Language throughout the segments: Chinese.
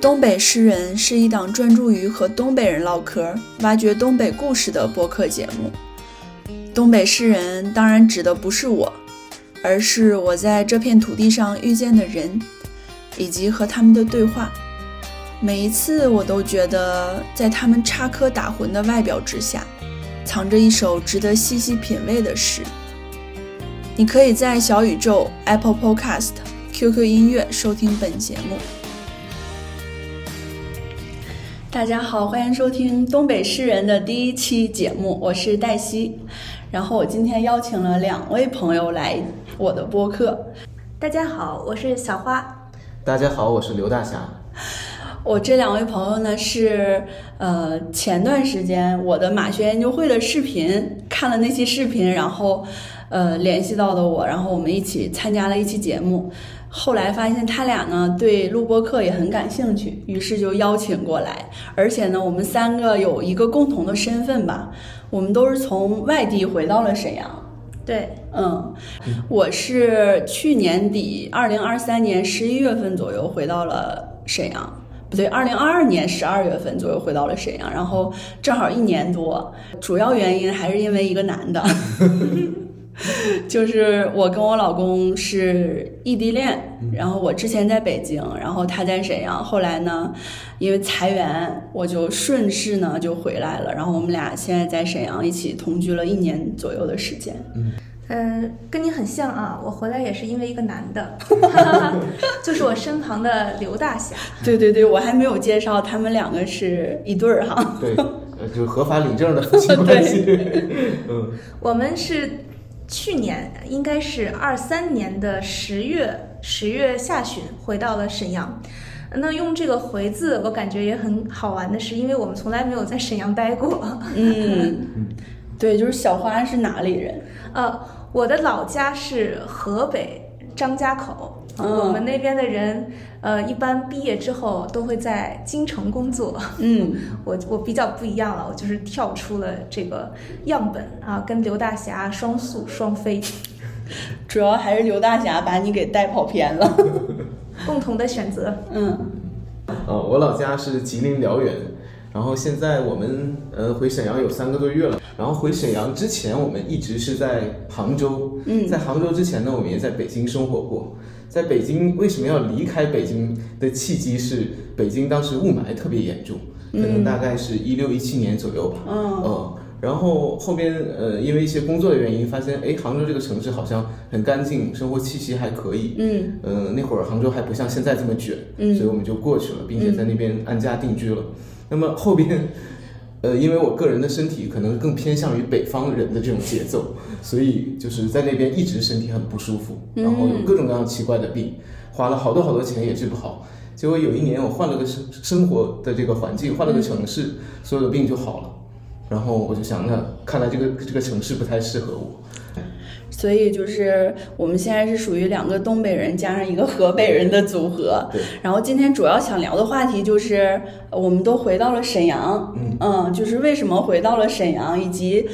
东北诗人是一档专注于和东北人唠嗑、挖掘东北故事的播客节目。东北诗人当然指的不是我，而是我在这片土地上遇见的人，以及和他们的对话。每一次我都觉得，在他们插科打诨的外表之下，藏着一首值得细细品味的诗。你可以在小宇宙、Apple Podcast、QQ 音乐收听本节目。大家好，欢迎收听《东北诗人》的第一期节目，我是黛西。然后我今天邀请了两位朋友来我的播客。大家好，我是小花。大家好，我是刘大侠。我这两位朋友呢是，呃，前段时间我的马学研究会的视频看了那期视频，然后呃联系到的我，然后我们一起参加了一期节目。后来发现他俩呢对录播课也很感兴趣，于是就邀请过来。而且呢，我们三个有一个共同的身份吧，我们都是从外地回到了沈阳。对，嗯，我是去年底，二零二三年十一月份左右回到了沈阳。不对，二零二二年十二月份左右回到了沈阳，然后正好一年多。主要原因还是因为一个男的， 就是我跟我老公是异地恋，然后我之前在北京，然后他在沈阳，后来呢，因为裁员，我就顺势呢就回来了，然后我们俩现在在沈阳一起同居了一年左右的时间。嗯、跟你很像啊，我回来也是因为一个男的， 就是我身旁的刘大侠。对对对，我还没有介绍他们两个是一对儿哈。对，呃，就是合法领证的夫妻关系。嗯，我们是去年，应该是二三年的十月，十月下旬回到了沈阳。那用这个“回”字，我感觉也很好玩的是，因为我们从来没有在沈阳待过。嗯， 对，就是小花是哪里人？呃，我的老家是河北张家口，嗯我们那边的人，呃，一般毕业之后都会在京城工作。嗯，我我比较不一样了，我就是跳出了这个样本啊，跟刘大侠双宿双飞，主要还是刘大侠把你给带跑偏了。共同的选择。嗯， 呃，我老家是吉林辽源，然后现在我们呃回沈阳有三个多月了。然后回沈阳之前，我们一直是在杭州。嗯在杭州之前呢，我们也在北京生活过。在北京为什么要离开北京的契机是，北京当时雾霾特别严重，可能大概是一六一七年左右吧。嗯呃，然后后边呃，因为一些工作的原因，发现哎，杭州这个城市好像很干净，生活气息还可以。嗯呃，那会儿杭州还不像现在这么卷，嗯所以我们就过去了，并且在那边安家定居了。那么后边，呃，因为我个人的身体可能更偏向于北方人的这种节奏，所以就是在那边一直身体很不舒服，然后有各种各样奇怪的病，花了好多好多钱也治不好。结果有一年我换了个生生活的这个环境，换了个城市，所有的病就好了。然后我就想，那看来这个这个城市不太适合我。所以就是我们现在是属于两个东北人加上一个河北人的组合。对，然后今天主要想聊的话题就是，呃我们都回到了沈阳，嗯就是为什么回到了沈阳，以及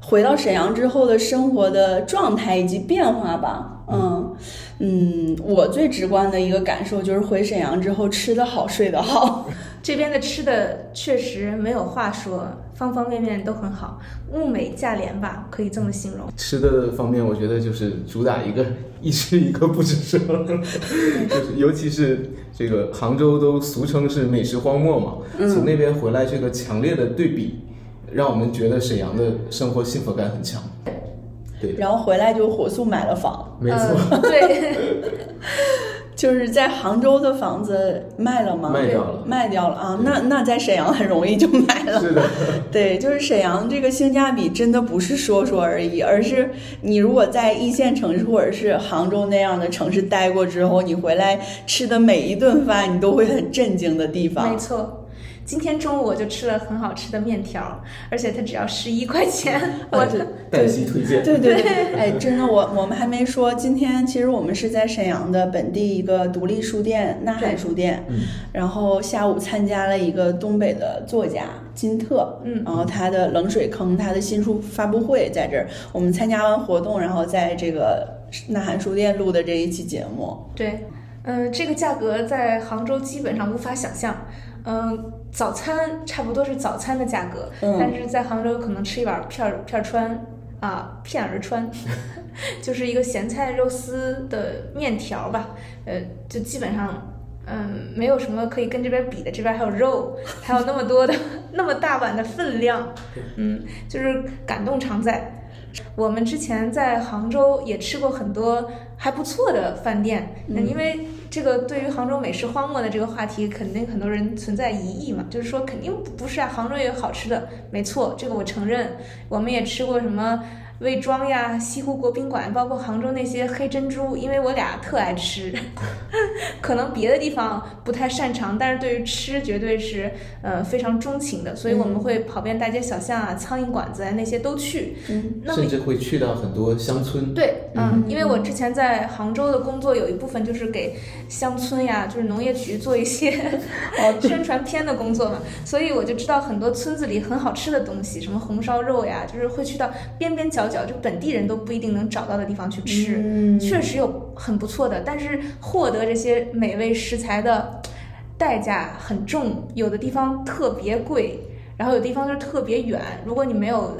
回到沈阳之后的生活的状态以及变化吧，嗯嗯，我最直观的一个感受就是回沈阳之后吃得好，睡得好，这边的吃的确实没有话说，方方面面都很好，物美价廉吧，可以这么形容。吃的方面，我觉得就是主打一个一吃一个不吱声， 就是尤其是这个杭州都俗称是美食荒漠嘛，嗯从那边回来这个强烈的对比，让我们觉得沈阳的生活幸福感很强。对，然后回来就火速买了房。没错，呃、对，就是在杭州的房子卖了吗？卖掉了 卖掉了啊！那那在沈阳很容易就买了。 是的，对，就是沈阳这个性价比真的不是说说而已，而是你如果在一线城市或者是杭州那样的城市待过之后，你回来吃的每一顿饭，你都会很震惊的地没方。错。今天中午我就吃了很好吃的面条，而且它只要十一块钱， 我对黛西推荐。呃对对对，哎，真的，我我们还没说，今天其实我们是在沈阳的本地一个独立书店——呐喊书店，嗯然后下午参加了一个东北的作家金特，嗯然后他的冷水坑，他的新书发布会在这儿，我们参加完活动，然后在这个呐喊书店录的这一期节目，对，嗯、这个价格在杭州基本上无法想象。嗯、早餐差不多是早餐的价格，嗯但是在杭州可能吃一碗片儿片儿川啊片儿川， 就是一个咸菜肉丝的面条吧，呃，就基本上。嗯，没有什么可以跟这边比的，这边还有肉，还有那么多的 那么大碗的分量，嗯，就是感动常在。我们之前在杭州也吃过很多还不错的饭店，那、因为这个对于杭州美食荒漠的这个话题，肯定很多人存在疑义嘛，就是说肯定不是啊，杭州也有好吃的，没错，这个我承认，我们也吃过什么。魏庄呀，西湖国宾馆，包括杭州那些黑珍珠，因为我俩特爱吃， 可能别的地方不太擅长，但是对于吃绝对是呃非常钟情的，所以我们会跑遍大街小巷啊、苍蝇馆子啊那些都去。嗯那甚至会去到很多乡村，对，嗯嗯，因为我之前在杭州的工作有一部分就是给乡村呀，就是农业局做一 些哦宣传片的工作嘛，所以我就知道很多村子里很好吃的东西，什么红烧肉呀，就是会去到边边角角，就本地人都不一定能找到的地方去吃。嗯确实有很不错的，但是获得这些美味食材的代价很重，有的地方特别贵，然后有地方就是特别远。如果你没有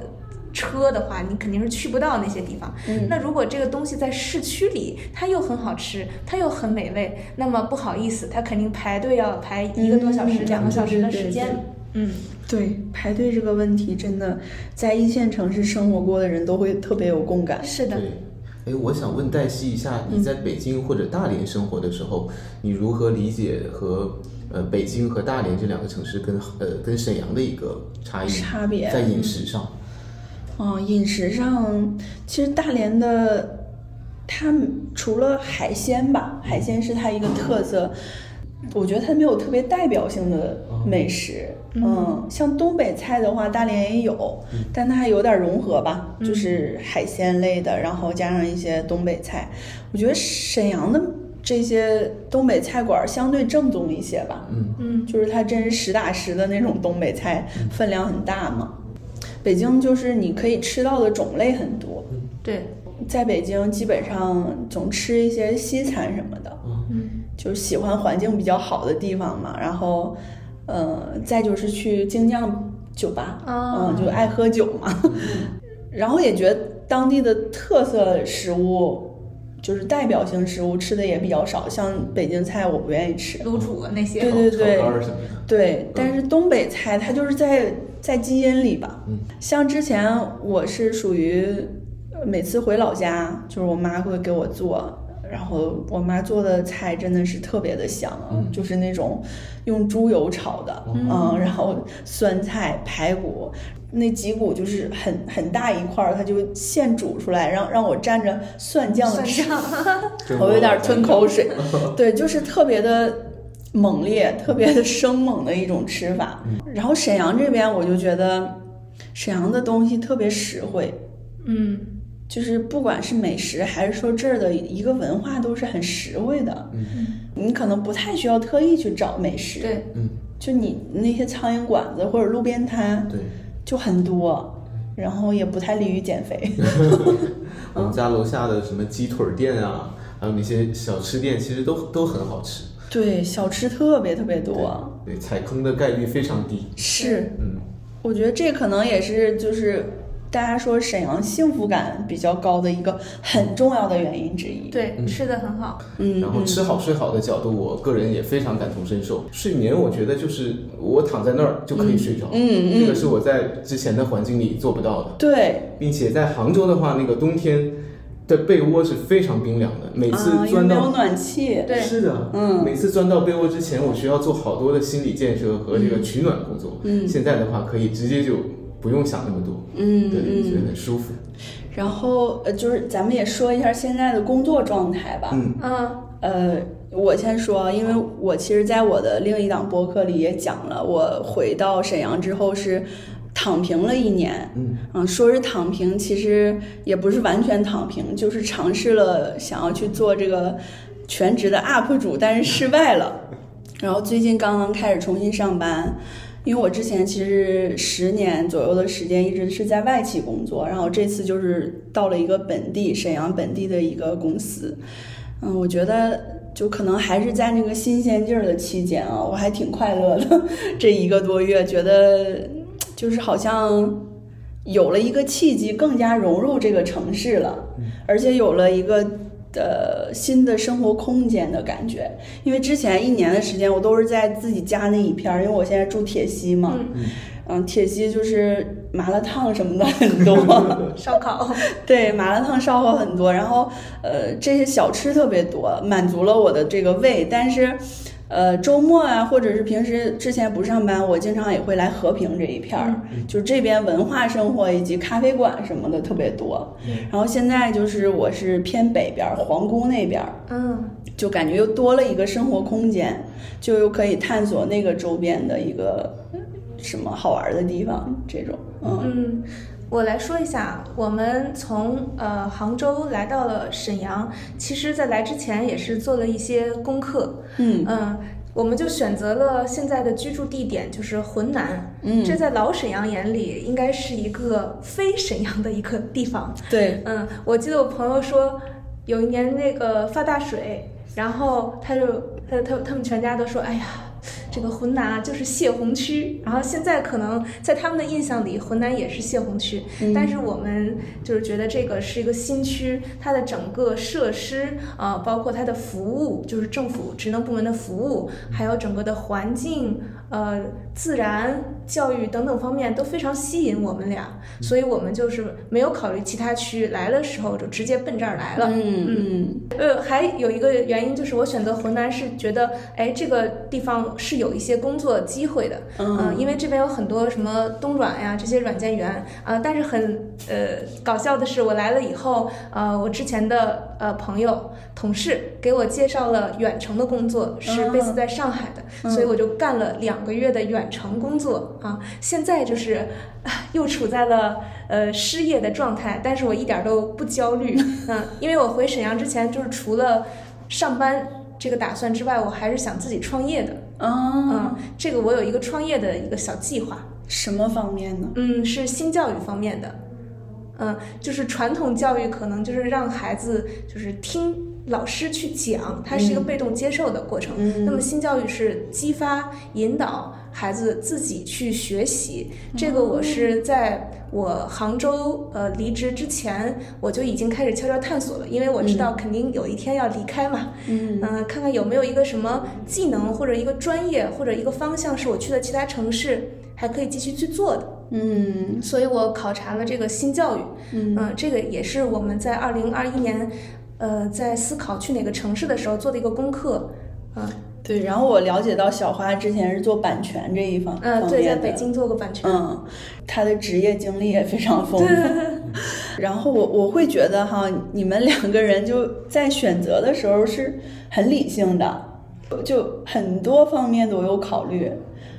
车的话，你肯定是去不到那些地方。嗯那如果这个东西在市区里，它又很好吃，它又很美味，那么不好意思，它肯定排队要排一个多小时、嗯两个小时的对对时对间。嗯，对排队这个问题，真的在一线城市生活过的人都会特别有共感。是的。对，哎，我想问黛西一下，嗯你在北京或者大连生活的时候，你如何理解和呃北京和大连这两个城市跟呃跟沈阳的一个差异？差别在饮食上，嗯，饮食上，其实大连的，它除了海鲜吧，海鲜是它一个特色，我觉得它没有特别代表性的美食。嗯，像东北菜的话，大连也有，但它还有点融合吧，就是海鲜类的，然后加上一些东北菜。我觉得沈阳的这些东北菜馆儿相对正宗一些吧。嗯，嗯就是它真是实打实的那种东北菜，分量很大嘛。北京就是你可以吃到的种类很多，对，在北京基本上总吃一些西餐什么的，嗯就是喜欢环境比较好的地方嘛。然后，呃，再就是去精酿酒吧，哦嗯，就爱喝酒嘛。然后也觉得当地的特色食物，就是代表性食物吃的也比较少，像北京菜我不愿意吃，卤煮那些。对对炒对炒肝儿什么的，对，但是东北菜它就是在在基因里吧。嗯，像之前我是属于呃每次回老家，就是我妈会给我做，然后我妈做的菜真的是特别的香，嗯就是那种用猪油炒的，嗯然后酸菜、排骨。那脊骨就是很很大一块儿，它就现煮出来，让让我蘸着蒜酱蒜吃，酱， 跟我有点吞口水。水。 对，就是特别的猛烈、特别的生猛的一种吃法。然后沈阳这边，我就觉得沈阳的东西特别实惠，嗯就是不管是美食还是说这儿的一个文化，都是很实惠的。嗯，你可能不太需要特意去找美食，对，嗯，就你那些苍蝇馆子或者路边摊对，就很多，然后也不太利于减肥。 嗯我们家楼下的什么鸡腿儿店啊，还有那些小吃店，其实都都很好吃。对，小吃特别特别多，对，踩坑的概率非常低。是嗯，我觉得这可能也是就是大家说沈阳幸福感比较高的一个很重要的原因之一。，对，吃的很好。嗯，然后吃好睡好的角度，我个人也非常感同身受。睡眠，我觉得就是我躺在那儿就可以睡着，嗯嗯这个是我在之前的环境里做不到的。对，并且在杭州的话，那个冬天的被窝是非常冰凉的，每次啊，也钻没到、有暖气，对是的，嗯每次钻到被窝之前，我需要做好多的心理建设和这个取暖工作。嗯现在的话可以直接就不用想那么多，嗯对，觉得嗯。很舒服。然后呃，就是咱们也说一下现在的工作状态吧。嗯嗯呃，我先说，啊因为我其实在我的另一档播客里也讲了，我回到沈阳之后是躺平了一年。嗯嗯，说是躺平，其实也不是完全躺平，就是尝试了想要去做这个全职的 UP 主，但是失败了。然后最近刚刚开始重新上班，因为我之前其实十年左右的时间一直是在外企工作，然后这次就是到了一个本地沈阳本地的一个公司。嗯，我觉得就可能还是在那个新鲜劲儿的期间啊，我还挺快乐的。这一个多月，觉得就是好像有了一个契机，更加融入这个城市了，而且有了一个呃新的生活空间的感觉。因为之前一年的时间，我都是在自己家那一片儿，因为我现在住铁西嘛，嗯，嗯，铁西就是麻辣烫什么的 很多。烧烤，对，麻辣烫、烧烤很多，然后呃，这些小吃特别多，满足了我的这个胃。但是，呃，周末啊，或者是平时之前不上班，我经常也会来和平这一片儿，就这边文化生活以及咖啡馆什么的特别多。然后现在就是我是偏北边儿皇姑那边儿，嗯，就感觉又多了一个生活空间，就又可以探索那个周边的一个什么好玩儿的地方，这种，嗯嗯，我来说一下，我们从呃杭州来到了沈阳，其实，在来之前也是做了一些功课，嗯嗯，我们就选择了现在的居住地点就是浑南，嗯，这在老沈阳眼里应该是一个非沈阳的一个地方。对。嗯，我记得我朋友说，有一年那个发大水，然后他就他他他们全家都说，哎呀。这个浑南啊，就是泄洪区。然后现在可能在他们的印象里，浑南也是泄洪区，但是我们就是觉得这个是一个新区，它的整个设施啊、呃包括它的服务，就是政府职能部门的服务，还有整个的环境、呃、自然、教育等等方面都非常吸引我们俩，所以我们就是没有考虑其他区，来的时候就直接奔这儿来了。嗯呃，还有一个原因就是我选择浑南是觉得，哎，这个地方是有一些工作机会的，嗯、嗯因为这边有很多什么东软呀这些软件园啊、但是很呃搞笑的是，我来了以后，呃，我之前的呃朋友同事给我介绍了远程的工作，是啊 base 在上海的，嗯所以我就干了两个月的远程工作啊，现在就是啊又处在了呃失业的状态，但是我一点儿都不焦虑，嗯，因为我回沈阳之前就是除了上班这个打算之外，我还是想自己创业的，啊嗯，，这个我有一个创业的一个小计划，什么方面呢？嗯，是新教育方面的，嗯，就是传统教育可能就是让孩子就是听老师去讲，它是一个嗯被动接受的过程。嗯那么新教育是激发、引导孩子自己去学习。这个我是在我杭州呃离职之前，我就已经开始悄悄探索了，因为我知道肯定有一天要离开嘛。嗯嗯、看看有没有一个什么技能或者一个专业或者一个方向是我去的其他城市还可以继续去做的。嗯所以我考察了这个新教育，嗯、嗯这个也是我们在二零二一年，呃，在思考去哪个城市的时候做的一个功课，嗯、对。然后我了解到小花之前是做版权这一方嗯、方对，在面北的，京做过版权，嗯，她的职业经历也非常丰富。 然后我我会觉得哈，你们两个人就在选择的时候是很理性的，就很多方面都有考虑。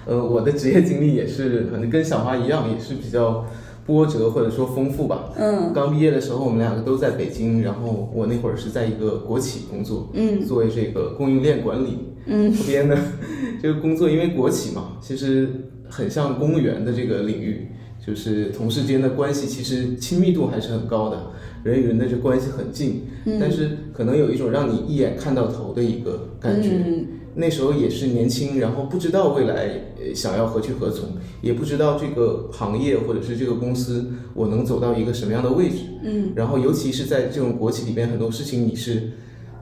呃，我的职业经历也是，可能跟小花一样，也是比较波折或者说丰富吧。嗯刚毕业的时候，我们两个都在北京，然后我那会儿是在一个国企工作，嗯作为这个供应链管理。嗯这边呢，这个工作因为国企嘛，其实很像公务员的这个领域，就是同事之间的关系其实亲密度还是很高的，人与人的这关系很近，嗯嗯但是可能有一种让你一眼看到头的一个感觉。嗯那时候也是年轻，然后不知道未来呃想要何去何从，也不知道这个行业或者是这个公司我能走到一个什么样的位置。嗯然后尤其是在这种国企里边，很多事情你是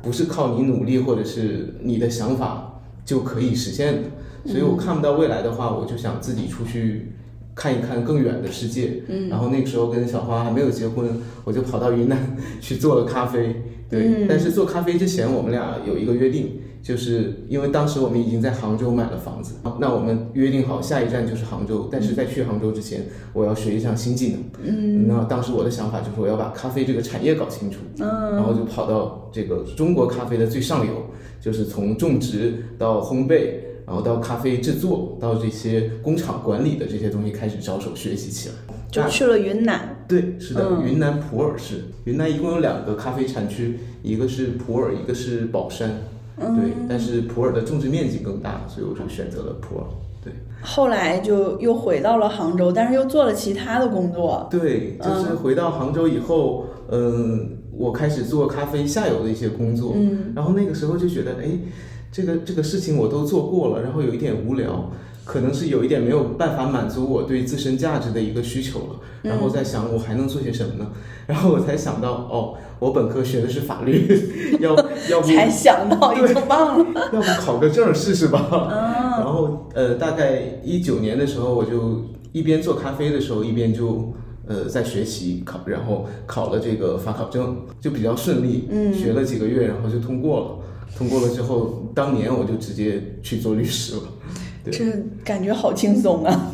不是靠你努力或者是你的想法就可以实现的？嗯所以我看不到未来的话，我就想自己出去看一看更远的世界。嗯，然后那个时候跟小花还没有结婚，我就跑到云南 去做了咖啡。对，嗯但是做咖啡之前，我们俩有一个约定，就是因为当时我们已经在杭州买了房子，那我们约定好下一站就是杭州，但是在去杭州之前，我要学一项新技能。嗯，那当时我的想法就是我要把咖啡这个产业搞清楚，嗯，然后就跑到这个中国咖啡的最上游，就是从种植到烘焙，然后到咖啡制作，到这些工厂管理的这些东西开始着手学习起来。就去了云南。对，是的，嗯云南普洱市，云南一共有两个咖啡产区，一个是普洱，一个是保山。对，但是普洱的种植面积更大，所以我就选择了普洱。对，后来就又回到了杭州，但是又做了其他的工作。对，就是回到杭州以后，嗯、我开始做咖啡下游的一些工作，嗯，然后那个时候就觉得，哎，这个这个事情我都做过了，然后有一点无聊，可能是有一点没有办法满足我对自身价值的一个需求了，嗯然后在想我还能做些什么呢？然后我才想到，哦，我本科学的是法律， 要要不才想到已经忘了。 要不考个证儿试试吧。 然后呃，大概一九年的时候，我就一边做咖啡的时候，一边就呃在学习考，然后考了这个法考证，就比较顺利，嗯学了几个月，然后就通过了。通过了之后，当年我就直接去做律师了。对这感觉好轻松啊！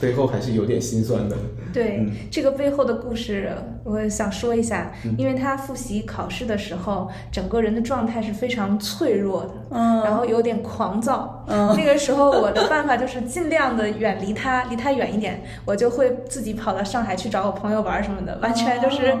背后还是有点心酸的。对、嗯这个背后的故事，我想说一下，嗯因为他复习考试的时候，整个人的状态是非常脆弱的，嗯然后有点狂躁。那个时候我的办法就是尽量的远离他，离他远一点，我就会自己跑到上海去找我朋友玩什么的，完全就是哦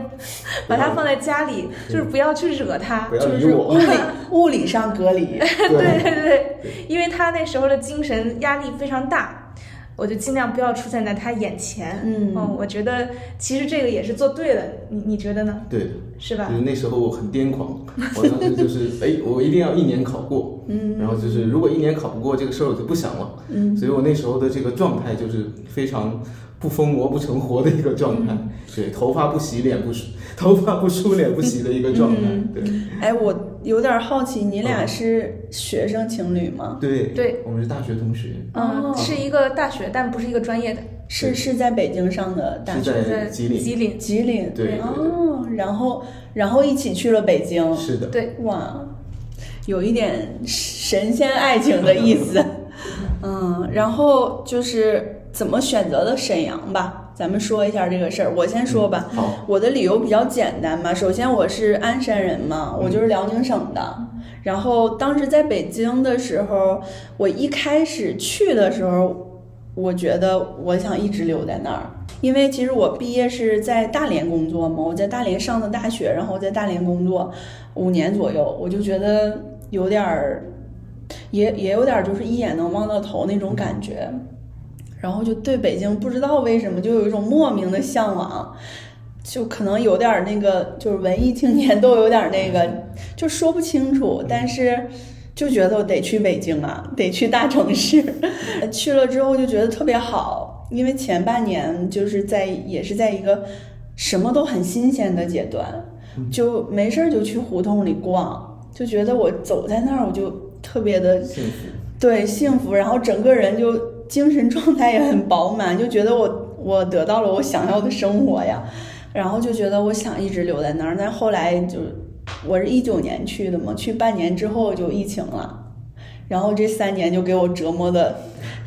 把他放在家里，就是不要去惹他，不要就理是我物理物理上隔离，对 对对，因为他那时候的精神压力非常大，我就尽量不要出现在他眼前。嗯我觉得其实这个也是做对了，你你觉得呢？对的，是吧就？是那时候我很癫狂，我当时就是哎，我一定要一年考过，嗯，然后就是如果一年考不过这个事儿，我就不想了，嗯，所以我那时候的这个状态就是非常不疯魔不成活的一个状嗯态，对，头发不洗脸不梳，头发不梳脸不洗的一个状态，嗯哎，我有点好奇，你俩是学生情侣吗？对对对，我们是大学同学，哦嗯，是一个大学，但不是一个专业的，是是在北京上的大是学，在在吉林，吉林。吉林。对对对哦，然后然后一起去了北京。是的，对，哇，有一点神仙爱情的意思。嗯，然后就是怎么选择的沈阳吧，咱们说一下这个事儿。我先说吧，好，我的理由比较简单吧。首先我是鞍山人嘛，我就是辽宁省的。然后当时在北京的时候，我一开始去的时候，我觉得我想一直留在那儿，因为其实我毕业是在大连工作嘛，我在大连上的大学，然后在大连工作五年左右，我就觉得有点儿，也也有点儿就是一眼能望到头那种感觉。然后就对北京不知道为什么就有一种莫名的向往，就可能有点儿那个，就是文艺青年都有点儿那个， 就说不清楚，但是就觉得我得去北京啊， 得去大城市。 去了之后就觉得特别好，因为前半年就是在也是在一个什么都很新鲜的阶段，就没事儿就去胡同里逛，就觉得我走在那儿我就特别的嗯幸福，对幸福，然后整个人就精神状态也很饱满，就觉得我我得到了我想要的生活呀，然后就觉得我想一直留在那儿。但后来就我是一九年去的嘛，去半年之后就疫情了，然后这三年就给我折磨的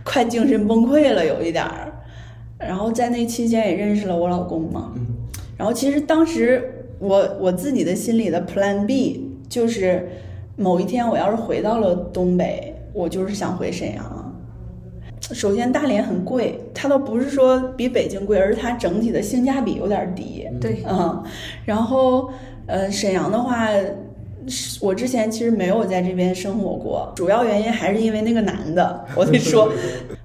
快精神崩溃了，有一点儿。然后在那期间也认识了我老公嘛，然后其实当时我我自己的心里的 Plan B 就是某一天我要是回到了东北，我就是想回沈阳啊。首先，大连很贵，它倒不是说比北京贵，而是它整体的性价比有点低。对，嗯，然后呃，沈阳的话，是我之前其实没有在这边生活过，主要原因还是因为那个男 的。我得说，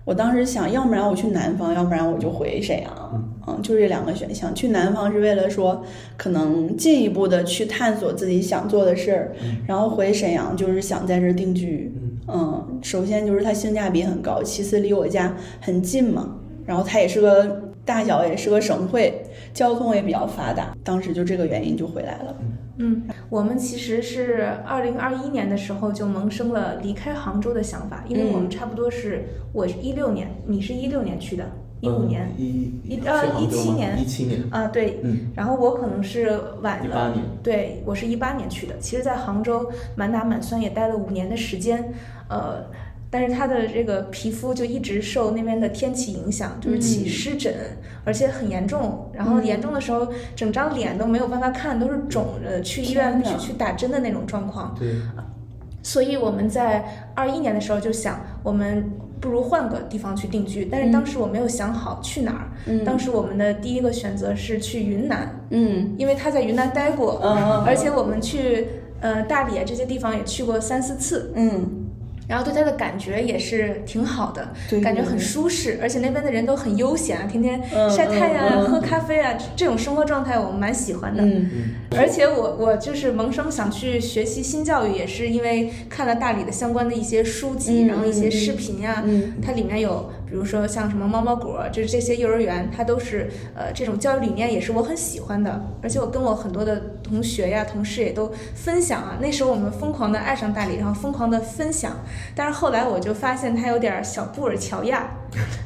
我当时想要不然我去南方，要不然我就回沈阳。嗯，就这两个选项。去南方是为了说，可能进一步的去探索自己想做的事儿，然后回沈阳就是想在这儿定居。嗯，首先就是它性价比很高，其次离我家很近嘛，然后它也是个大小也是个省会，交通也比较发达，当时就这个原因就回来了。嗯，我们其实是二零二一年的时候就萌生了离开杭州的想法，因为我们嗯差不多是我是一六年，你是一六年去的，一五年嗯一一呃17年一七年，啊，对，嗯，然后我可能是晚一了八，年，对，我是一八年去的。其实，在杭州满打满算也待了五年的时间，呃，但是他的这个皮肤就一直受那边的天气影响，就是起湿疹，而且很严重。然后嗯严重的时候，整张脸都没有办法看，都是肿着，去医院天去哪去打针的那种状况。对，所以我们在二一年的时候就想，我们不如换个地方去定居。但是当时我没有想好去哪儿。嗯当时我们的第一个选择是去云南，嗯因为他在云南待过。嗯呃而且我们去呃大理啊这些地方也去过三四次，嗯然后对它的感觉也是挺好的，对感觉很舒适，而且那边的人都很悠闲啊，天天嗯晒太阳啊、嗯嗯喝咖啡啊，这种生活状态我们蛮喜欢的。嗯而且我我就是萌生想去学习新教育，也是因为看了大理的相关的一些书籍，嗯然后一些视频啊呀、嗯它里面有，比如说像什么猫猫果，就是这些幼儿园，它都是呃这种教育理念也是我很喜欢的，而且我跟我很多的同学呀、同事也都分享啊。那时候我们疯狂的爱上大理，然后疯狂的分享，但是后来我就发现它有点小布尔乔亚，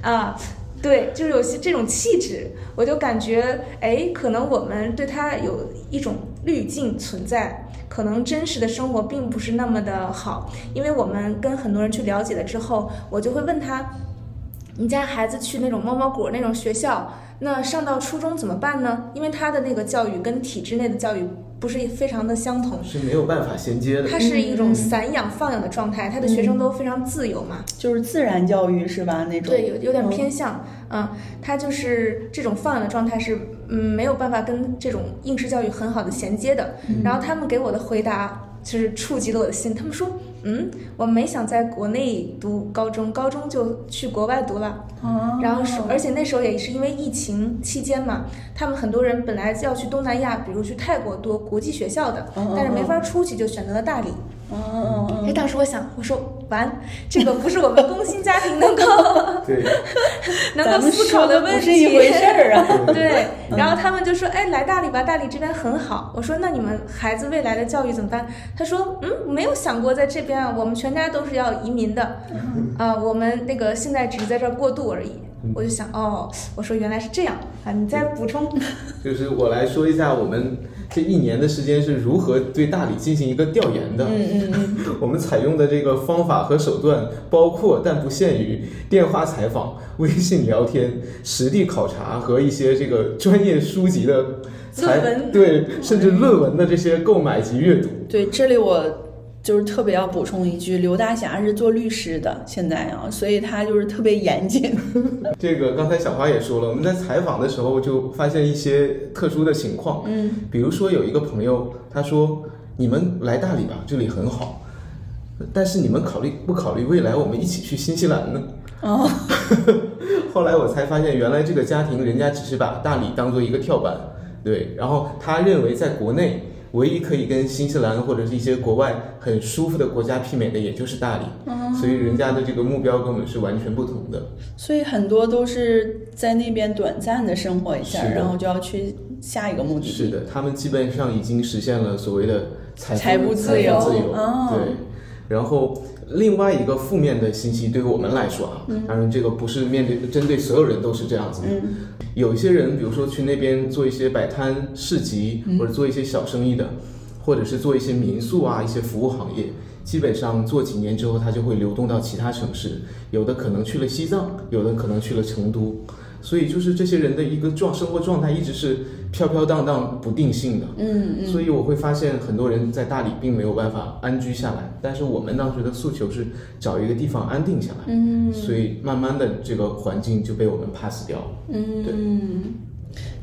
啊。对，就是有些这种气质，我就感觉，哎，可能我们对它有一种滤镜存在，可能真实的生活并不是那么的好，因为我们跟很多人去了解了之后，我就会问他，你家孩子去那种猫猫果那种学校，那上到初中怎么办呢？因为他的那个教育跟体制内的教育不是非常的相同。是没有办法衔接的。它是一嗯种散养放养的状态，他的学生都非常自由嘛，就是自然教育是吧？那种对，有有点嗯偏向，嗯，它就是这种放养的状态是，嗯，没有办法跟这种应试教育很好的衔接的。嗯然后他们给我的回答就是触及了我的心，他们说，嗯，我没想在国内读高中，高中就去国外读了。哦然后是，而且那时候也是因为疫情期间嘛，他们很多人本来要去东南亚，比如去泰国读国际学校的嗯嗯，但是没法出去，就选择了大理。嗯嗯嗯哎，当时我想，我说完，这个不是我们工薪家 庭能够。对，能够思考咱们说问题的不是一回事儿 啊。 对，然后他们就说：“哎，来大理吧，大理这边很好。”我说：“那你们孩子未来的教育怎么办？”他说：“嗯，没有想过在这边啊，我们全家都是要移民的， 啊、我们那个现在只是在这儿过渡而已。”我就想，哦，我说原来是这样啊，你再 补充。就是我来说一下我们这一年的时间是如何对大理进行一个调研的。嗯嗯嗯， 我们采用的这个方法和手段包括但不限于电话采访、微信聊天、实地考察和一些这个专业书籍的采论文对，甚至论文的这些购买及阅读。对，这里我。就是特别要补充一句，刘大侠是做律师的，现在啊，所以他就是特别严谨。 这个刚才小花也说了，我们在采访的时候就发现一些特殊的情况，嗯，比如说有一个朋友他说：“你们来大理吧，这里很好。”但是你们考虑不考虑未来我们一起去新西兰呢？哦， 后来我才发现，原来这个家庭人家只是把大理当做一个跳板，对。然后他认为在国内唯一可以跟新西兰或者是一些国外很舒服的国家媲美的，也就是大理。所以人家的这个目标跟我们是完全不同的。所以很多都是在那边短暂的生活一下，是的啊然后就要去下一个目的地。是的，他们基本上已经实现了所谓的财财富财富富自自由哦对。然后另外一个负面的信息，对于我们来说啊，嗯当然这个不是面对针对所有人都是这样子的。有一些人，比如说去那边做一些摆摊、市集，嗯或者做一些小生意的，或者是做一些民宿啊、一些服务行业，基本上做几年之后，它就会流动到其他城市，有的可能去了西藏，有的可能去了成都。所以就是这些人的一个状生活状态一直是飘飘荡荡、不定性的。嗯所以我会发现很多人在大理并没有办法安居下来，但是我们当时的诉求是找一个地方安定下来，嗯，所以慢慢的这个环境就被我们 pass 掉了，嗯，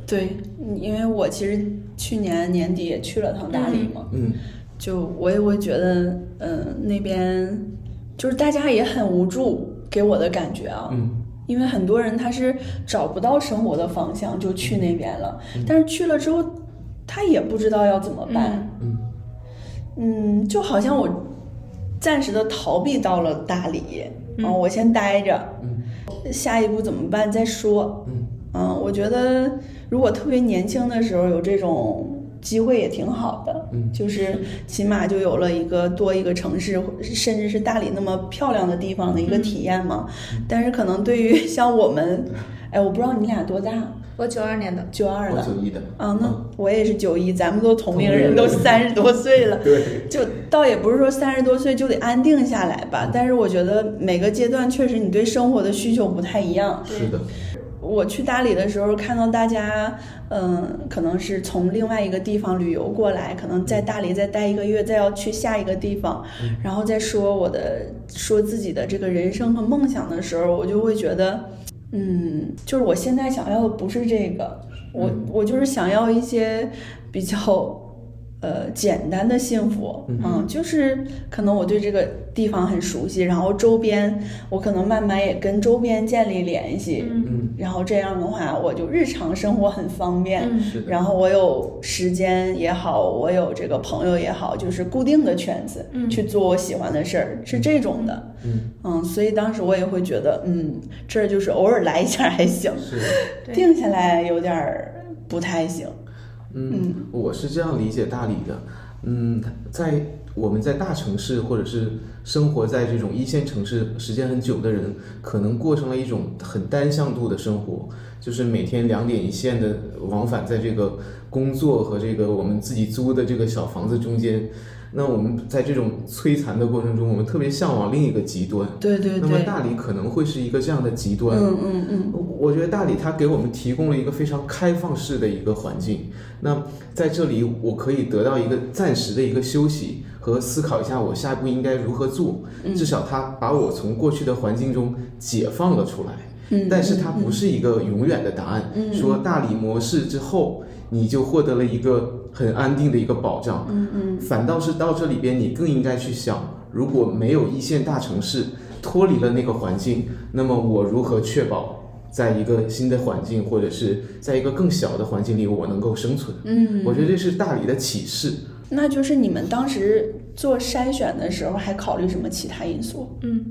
对，因为我其实去年年底也去了趟大理嘛，嗯，就我也会觉得，嗯、那边就是大家也很无助，给我的感觉啊，嗯，因为很多人他是找不到生活的方向就去那边了，但是去了之后，他也不知道要怎么办，嗯嗯，就好像我暂时的逃避到了大理，嗯、我先待着，下一步怎么办再说。啊嗯我觉得如果特别年轻的时候有这种机会也挺好的，嗯就是起码就有了一个多一个城市，甚至是大理那么漂亮的地方的一个嗯体验嘛。但是可能对于像我 们，哎，我不知道你俩多大，嗯我九二年的，九二我的九一的，啊，那我也是九一，咱们都同龄同龄人，人都三十多岁了。对，就倒也不是说三十多岁就得安定下来吧，但是我觉得每个阶段确实你对生活的需求不太一样。是的，我去大理的时候看到大家，嗯、可能是从另外一个地方旅游过来，可能在大理再待一个月，再要去下一个地方，然后再说我的说自己的这个人生和梦想的时候，我就会觉得，嗯，就是我现在想要的不是这个，我我就是想要一些比较。呃简单的幸福，嗯，就是可能我对这个地方很熟悉，然后周边我可能慢慢也跟周边建立联系，嗯嗯，然后这样的话我就日常生活很方便，嗯是的，然后我有时间也好，我有这个朋友也好，就是固定的圈子，嗯去做我喜欢的事儿，是这种的，嗯嗯，所以当时我也会觉得，嗯，这儿就是偶尔来一下还行，是对定下来有点儿不太行，嗯，我是这样理解大理的。嗯，在我们在大城市或者是生活在这种一线城市时间很久的人，可能过上了一种很单向度的生活，就是每天两点一线的往返在这个工作和这个我们自己租的这个小房子中间。那我们在这种摧残的过程中，我们特别向往另一个极端。对对那么对，大理可能会是一个这样的极端。嗯嗯嗯，我觉得大理它给我们提供了一个非常开放式的一个环境。那在这里，我可以得到一个暂时的一个休息和思考一下我下一步应该如何做。嗯至少它把我从过去的环境中解放了出来。嗯，但是它不是一个永远的答案。说大理模式之后，你就获得了一个很安定的一个保障。嗯嗯，反倒是到这里边，你更应该去想，如果没有一线大城市脱离了那个环境，那么我如何确保在一个新的环境，或者是在一个更小的环境里，我能够生存？嗯，我觉得这是大理的启示。那就是你们当时做筛选的时候还考虑什么其他因素？嗯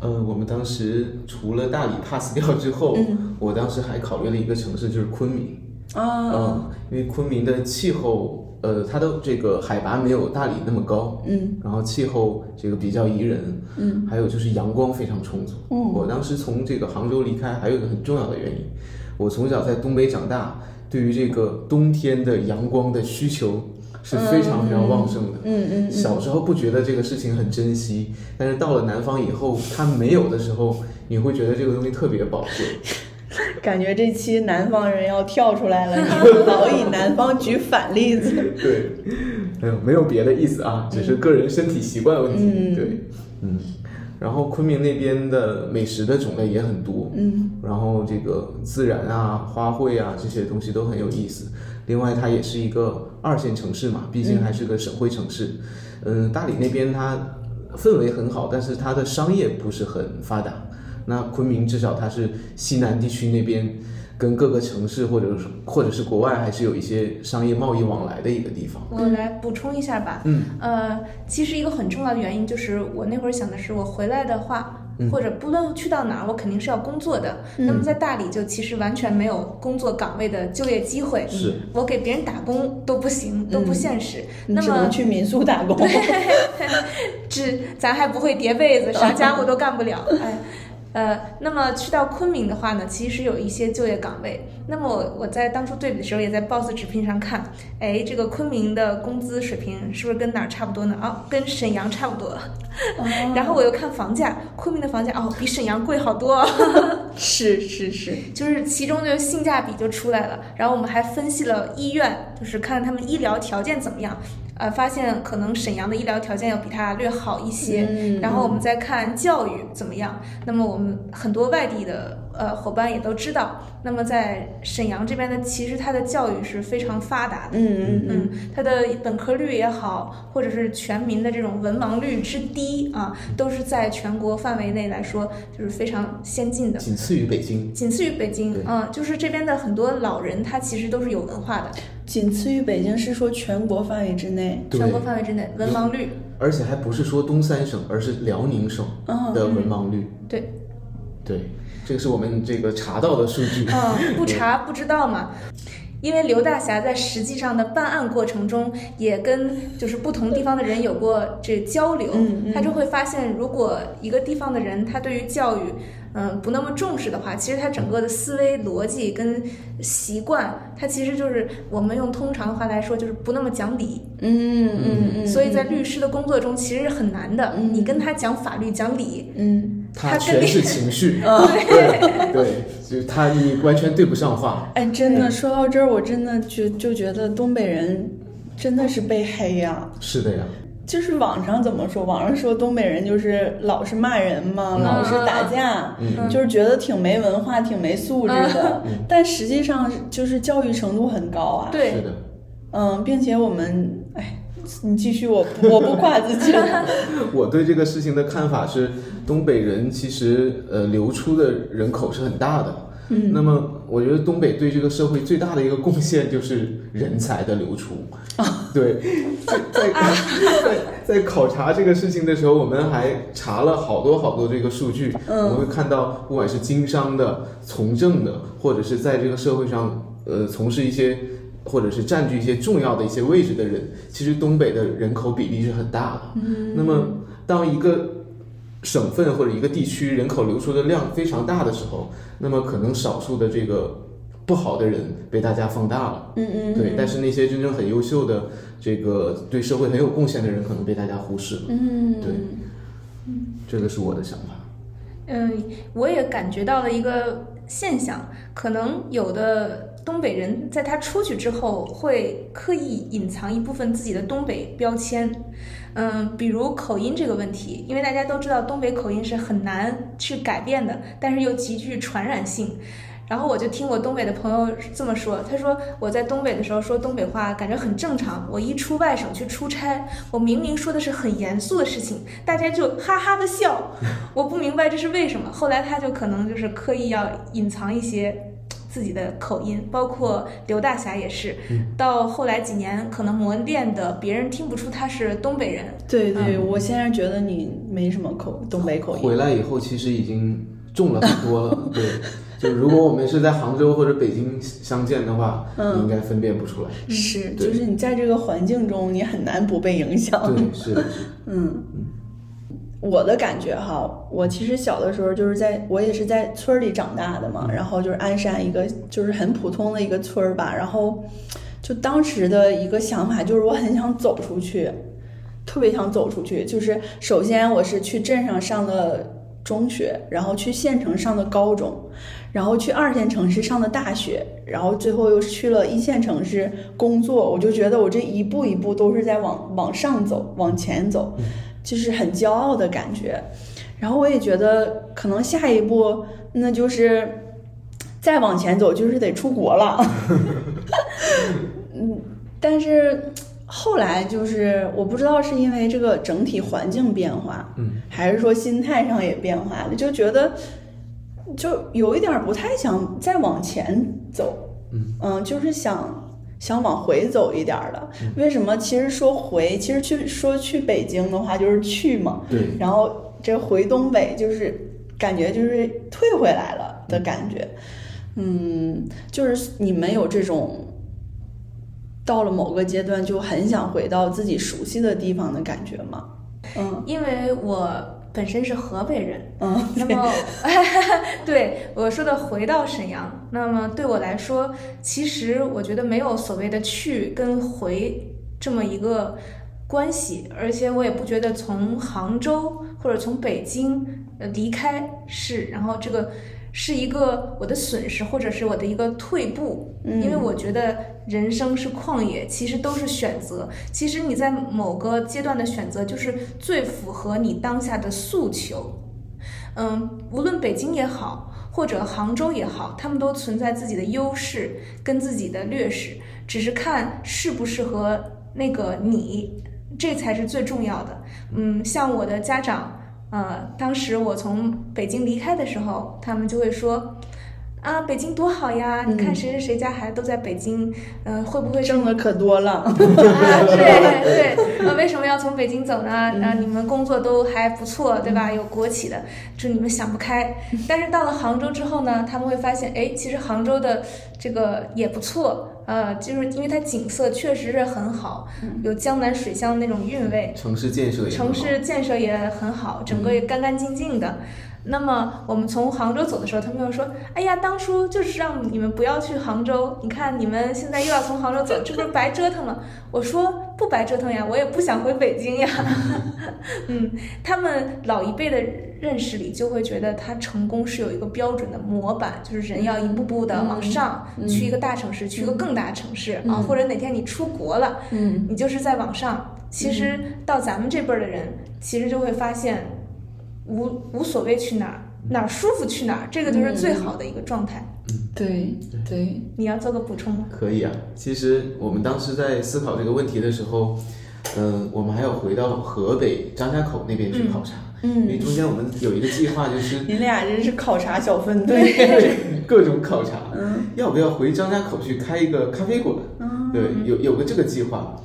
呃，我们当时除了大理 pass 掉之后，嗯我当时还考虑了一个城市，就是昆明。啊，嗯，因为昆明的气候，呃，它的这个海拔没有大理那么高，嗯然后气候这个比较宜人，嗯，还有就是阳光非常充足。嗯我当时从这个杭州离开，还有一个很重要的原因，我从小在东北长大，对于这个冬天的阳光的需求是非常非常旺盛的。嗯嗯小时候不觉得这个事情很珍惜，但是到了南方以后，它没有的时候，你会觉得这个东西特别宝贵。嗯，感觉这期南方人要跳出来了，你 们老以南方举反例子。对，没有没有别的意思啊，只是个人身体习惯问题。对，嗯，然后昆明那边的美食的种类也很多，嗯，然后这个自然啊、花卉啊这些东西都很有意思。另外，它也是一个二线城市嘛，毕竟还是个省会城市。嗯，大理那边它氛围很好，但是它的商业不是很发达。那昆明至少它是西南地区那边跟各个城市或者是或者是国外还是有一些商业贸易往来的一个地方。我来补充一下吧。嗯，呃，其实一个很重要的原因就是，我那会儿想的是，我回来的话，或者不论去到哪儿，我肯定是要工作的。那么在大理就其实完全没有工作岗位的就业机会，是嗯我给别人打工都不行，都不现实。你那只么能去民宿打工。这咱还不会叠被子，啥家务都干不了。哎，呃，那么去到昆明的话呢，其实有一些就业岗位。那么我我在当初对比的时候，也在 Boss 直聘上看，哎，这个昆明的工资水平是不是跟哪儿差不多呢？啊、跟沈阳差不多。 然后我又看房价，昆明的房价哦比沈阳贵好多、 是是是，就是其中的性价比就出来了。然后我们还分析了医院，就是看他们医疗条件怎么样。呃，发现可能沈阳的医疗条件要比它略好一些。嗯然后我们再看教育怎么样。那么我们很多外地的呃伙伴也都知道，那么在沈阳这边呢，其实它的教育是非常发达的。嗯嗯嗯，嗯，它的本科率也好，或者是全民的这种文盲率之低啊，都是在全国范围内来说就是非常先进的。仅次于北京。仅次于北京对，嗯，就是这边的很多老人，他其实都是有文化的，仅次于北京，是说全国范围之内。对全国范围之内文盲率，而且还不是说东三省，而是辽宁省嗯的文盲率。对，对，这个是我们这个查到的数 据。 嗯，不查不知道嘛。因为刘大侠在实际上的办案过程中，也跟就是不同地方的人有过这交流，嗯嗯他就会发现，如果一个地方的人他对于教育，嗯，不那么重视的话，其实他整个的思维逻辑跟习惯，他其实就是我们用通常的话来说，就是不那么讲理。嗯嗯嗯，所以在律师的工作中其实是很难的。你跟他讲法律、讲理，嗯，它它跟全那是情绪。 对对，就是它你完全对不上话。哎，真的说到这儿，我真的就就觉得东北人真的是被黑呀、是的呀，就是网上怎么说？网上说东北人就是老是骂人嘛，嗯老是打架，嗯就是觉得挺没文化、挺没素质的。但实际上就是教育程度很高啊。对是的，嗯，并且我们哎，你继续，我我不夸自己了。 我对这个事情的看法是，东北人其实呃流出的人口是很大的。嗯，那么我觉得东北对这个社会最大的一个贡献就是人才的流出。对，在 在在在考察这个事情的时候，我们还查了好多好多这个数据。嗯我们会看到，不管是经商的、从政的，或者是在这个社会上呃从事一些或者是占据一些重要的一些位置的人，其实东北的人口比例是很大的。嗯，那么当一个省份或者一个地区人口流出的量非常大的时候，那么可能少数的这个不好的人被大家放大了，嗯嗯，对，但是那些真正很优秀的这个对社会很有贡献的人，可能被大家忽视了，嗯对，这个是我的想法。嗯，我也感觉到了一个现象，可能有的东北人在他出去之后，会刻意隐藏一部分自己的东北标签。嗯，比如口音这个问题，因为大家都知道东北口音是很难去改变的，但是又极具传染性。然后我就听我东北的朋友这么说，他说我在东北的时候说东北话感觉很正常，我一出外省去出差，我明明说的是很严肃的事情，大家就哈哈的笑，我不明白这是为什么。后来他就可能就是刻意要隐藏一些自己的口音，包括刘大侠也是。到后来几年，可能摩恩店的别人听不出他是东北人。对对，嗯我现在觉得你没什么口东北口音，回来以后其实已经重了很多 了，对。就如果我们是在杭州或者北京相见的话，嗯你应该分辨不出来。是，对嗯就是你在这个环境中，你很难不被影响。对，是的，是的嗯，我的感觉哈，我其实小的时候就是在我也是在村儿里长大的嘛，然后就是鞍山一个就是很普通的一个村儿吧，然后就当时的一个想法就是我很想走出去，特别想走出去。就是首先我是去镇上上的中学，然后去县城上的高中，然后去二线城市上的大学，然后最后又去了一线城市工作。我就觉得我这一步一步都是在往往上走，往前走，就是很骄傲的感觉。然后我也觉得可能下一步那就是再往前走，就是得出国了。 嗯，但是后来就是我不知道是因为这个整体环境变化，嗯，还是说心态上也变化了，就觉得就有一点儿不太想再往前走，嗯就是想。想往回走一点儿了，为什么？其实说回，其实去说去北京的话，就是去嘛。对。然后这回东北就是感觉就是退回来了的感觉，嗯，就是你们有这种到了某个阶段就很想回到自己熟悉的地方的感觉吗？嗯因为我本身是河北人，嗯，那么， 对我说的回到沈阳，那么对我来说，其实我觉得没有所谓的去跟回这么一个关系，而且我也不觉得从杭州或者从北京呃离开是，然后这个是一个我的损失或者是我的一个退步，嗯因为我觉得人生是旷野，其实都是选择。其实你在某个阶段的选择，就是最符合你当下的诉求。嗯，无论北京也好，或者杭州也好，他们都存在自己的优势跟自己的劣势，只是看适不适合那个你，这才是最重要的。嗯，像我的家长，呃，当时我从北京离开的时候，他们就会说。啊，北京多好呀！你看谁谁谁家孩子都在北京，嗯、会不会是挣的可多了，啊，对对，呃，为什么要从北京走呢？啊，你们工作都还不错，对吧？有国企的，就你们想不开。但是到了杭州之后呢，他们会发现，哎，其实杭州的这个也不错，呃，就是因为它景色确实是很好，有江南水乡那种韵味，城市建设也很好城嗯市建设也很好，整个也干干净净的。那么我们从杭州走的时候，他们又说：“哎呀，当初就是让你们不要去杭州，你看你们现在又要从杭州走，这不是白折腾了？”我说：“不白折腾呀，我也不想回北京呀。” 嗯，他们老一辈的认识里就会觉得他成功是有一个标准的模板，就是人要一步步的往上，去一个大城市，去一个更大城市、啊，或者哪天你出国了，嗯，你就是在往上。其实到咱们这辈儿的人，其实就会发现无无所谓去哪儿，哪儿舒服去哪儿，这个就是最好的一个状态。对对，你要做个补充吗？可以啊，其实我们当时在思考这个问题的时候，嗯，我们还有回到河北张家口那边去考察，因为嗯，中间我们有一个计划，就是你俩真是考察小分队。 各种考察，嗯要不要回张家口去开一个咖啡馆？嗯对，有有个这个计划。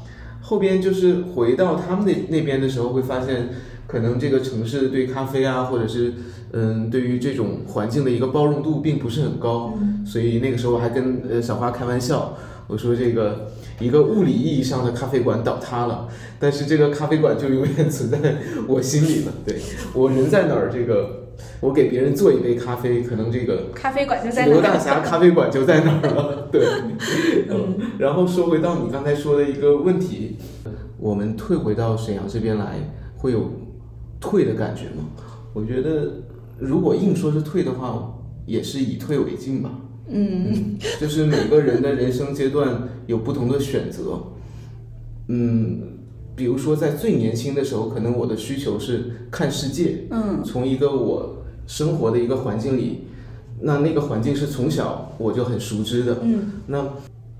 后边就是回到他们那那边的时候，会发现可能这个城市对咖啡啊，或者是嗯，对于这种环境的一个包容度并不是很高。嗯所以那个时候我还跟呃小花开玩笑，我说这个一个物理意义上的咖啡馆倒塌了，但是这个咖啡馆就永远存在我心里了。对我人在哪儿，这个我给别人做一杯咖啡，可能这个咖啡馆就在刘那大儿。侠咖啡馆就在那儿了，对。嗯，然后说回到你刚才说的一个问题，我们退回到沈阳这边来，会有退的感觉吗？我觉得，如果硬说是退的话，也是以退为进吧。嗯，就是每个人的人生阶段有不同的选择。嗯，比如说在最年轻的时候，可能我的需求是看世界，嗯从一个我生活的一个环境里，那那个环境是从小我就很熟知的。嗯那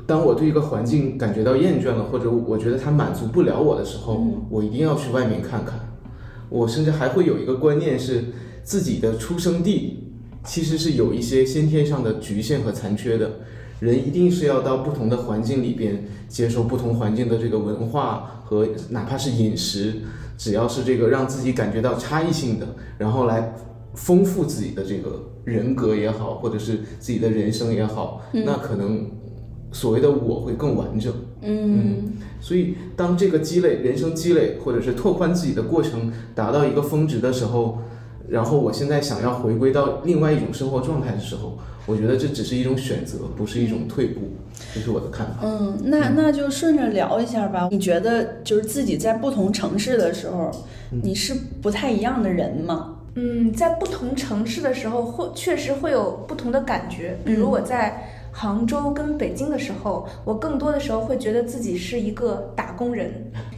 当我对一个环境感觉到厌倦了，或者我觉得它满足不了我的时候，我一定要去外面看看。我甚至还会有一个观念是，自己的出生地其实是有一些先天上的局限和残缺的。人一定是要到不同的环境里边，接受不同环境的这个文化和哪怕是饮食，只要是这个让自己感觉到差异性的，然后来丰富自己的这个人格也好，或者是自己的人生也好，那可能所谓的我会更完整。嗯所以，当这个积累人生积累或者是拓宽自己的过程达到一个峰值的时候，然后我现在想要回归到另外一种生活状态的时候，我觉得这只是一种选择，不是一种退步，这是我的看法。嗯，那那就顺着聊一下吧。你觉得就是自己在不同城市的时候，嗯你是不太一样的人吗？嗯，在不同城市的时候，会确实会有不同的感觉。比如我在杭州跟北京的时候，我更多的时候会觉得自己是一个打工人，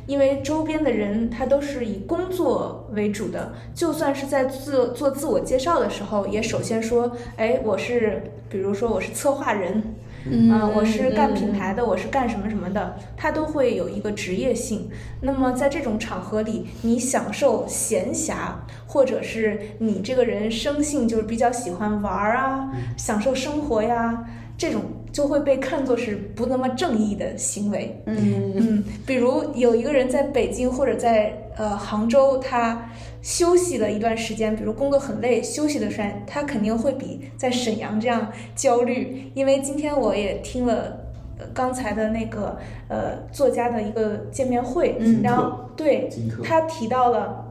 因为周边的人他都是以工作为主的，就算是在做做自我介绍的时候，也首先说，哎，我是，比如说我是策划人，嗯啊，我是干品牌的，我是干什么什么的，它都会有一个职业性。那么在这种场合里，你享受闲暇，或者是你这个人生性就是比较喜欢玩儿啊，享受生活呀，这种就会被看作是不那么正义的行为。嗯嗯，比如有一个人在北京或者在呃杭州，他休息了一段时间，比如工作很累，休息的时间，他肯定会比在沈阳这样焦虑。因为今天我也听了呃刚才的那个呃作家的一个见面会，嗯然后对金克，他提到了，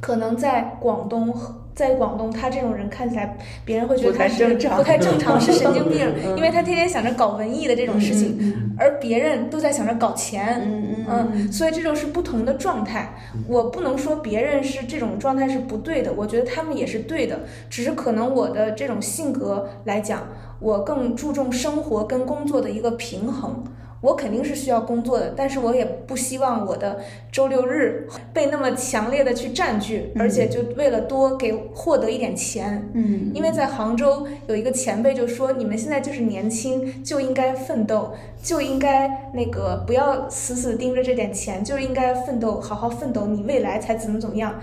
可能在广东和。在广东，他这种人看起来，别人会觉得不他太是正常不太正常，是神经病 嗯，因为他天天想着搞文艺的这种事情。情，而别人都在想着搞钱。嗯嗯嗯，所以这就是不同的状态。我不能说别人是这种状态是不对的，我觉得他们也是对的，只是可能我的这种性格来讲，我更注重生活跟工作的一个平衡。我肯定是需要工作的，但是我也不希望我的周六日被那么强烈的去占据，而且就为了多给获得一点钱，嗯，因为在杭州有一个前辈就说，你们现在就是年轻，就应该奋斗，就应该那个不要死死盯着这点钱，就应该奋斗，好好奋斗，你未来才怎么怎么样。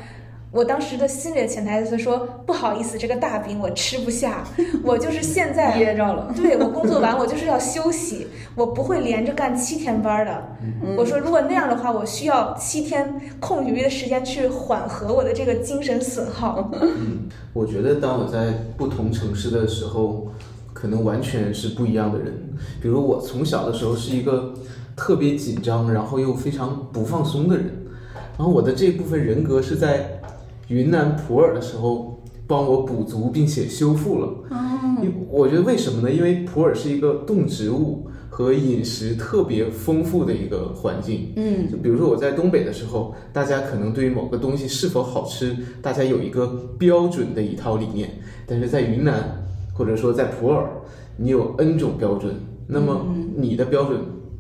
我当时的心里的潜台词是说，不好意思，这个大饼我吃不下，我就是现在噎着了。对我工作完，我就是要休息，我不会连着干七天班儿的。我说，如果那样的话，我需要七天空余的时间去缓和我的这个精神损耗。嗯我觉得当我在不同城市的时候，可能完全是不一样的人。比如我从小的时候是一个特别紧张，然后又非常不放松的人，然后我的这部分人格是在云南普洱的时候帮我补足并且修复了。因我觉得为什么呢？因为普洱是一个动植物和饮食特别丰富的一个环境。嗯就比如说我在东北的时候，大家可能对于某个东西是否好吃，大家有一个标准的一套理念，但是在云南或者说在普洱，你有 N 种嗯标准，那么你的标准，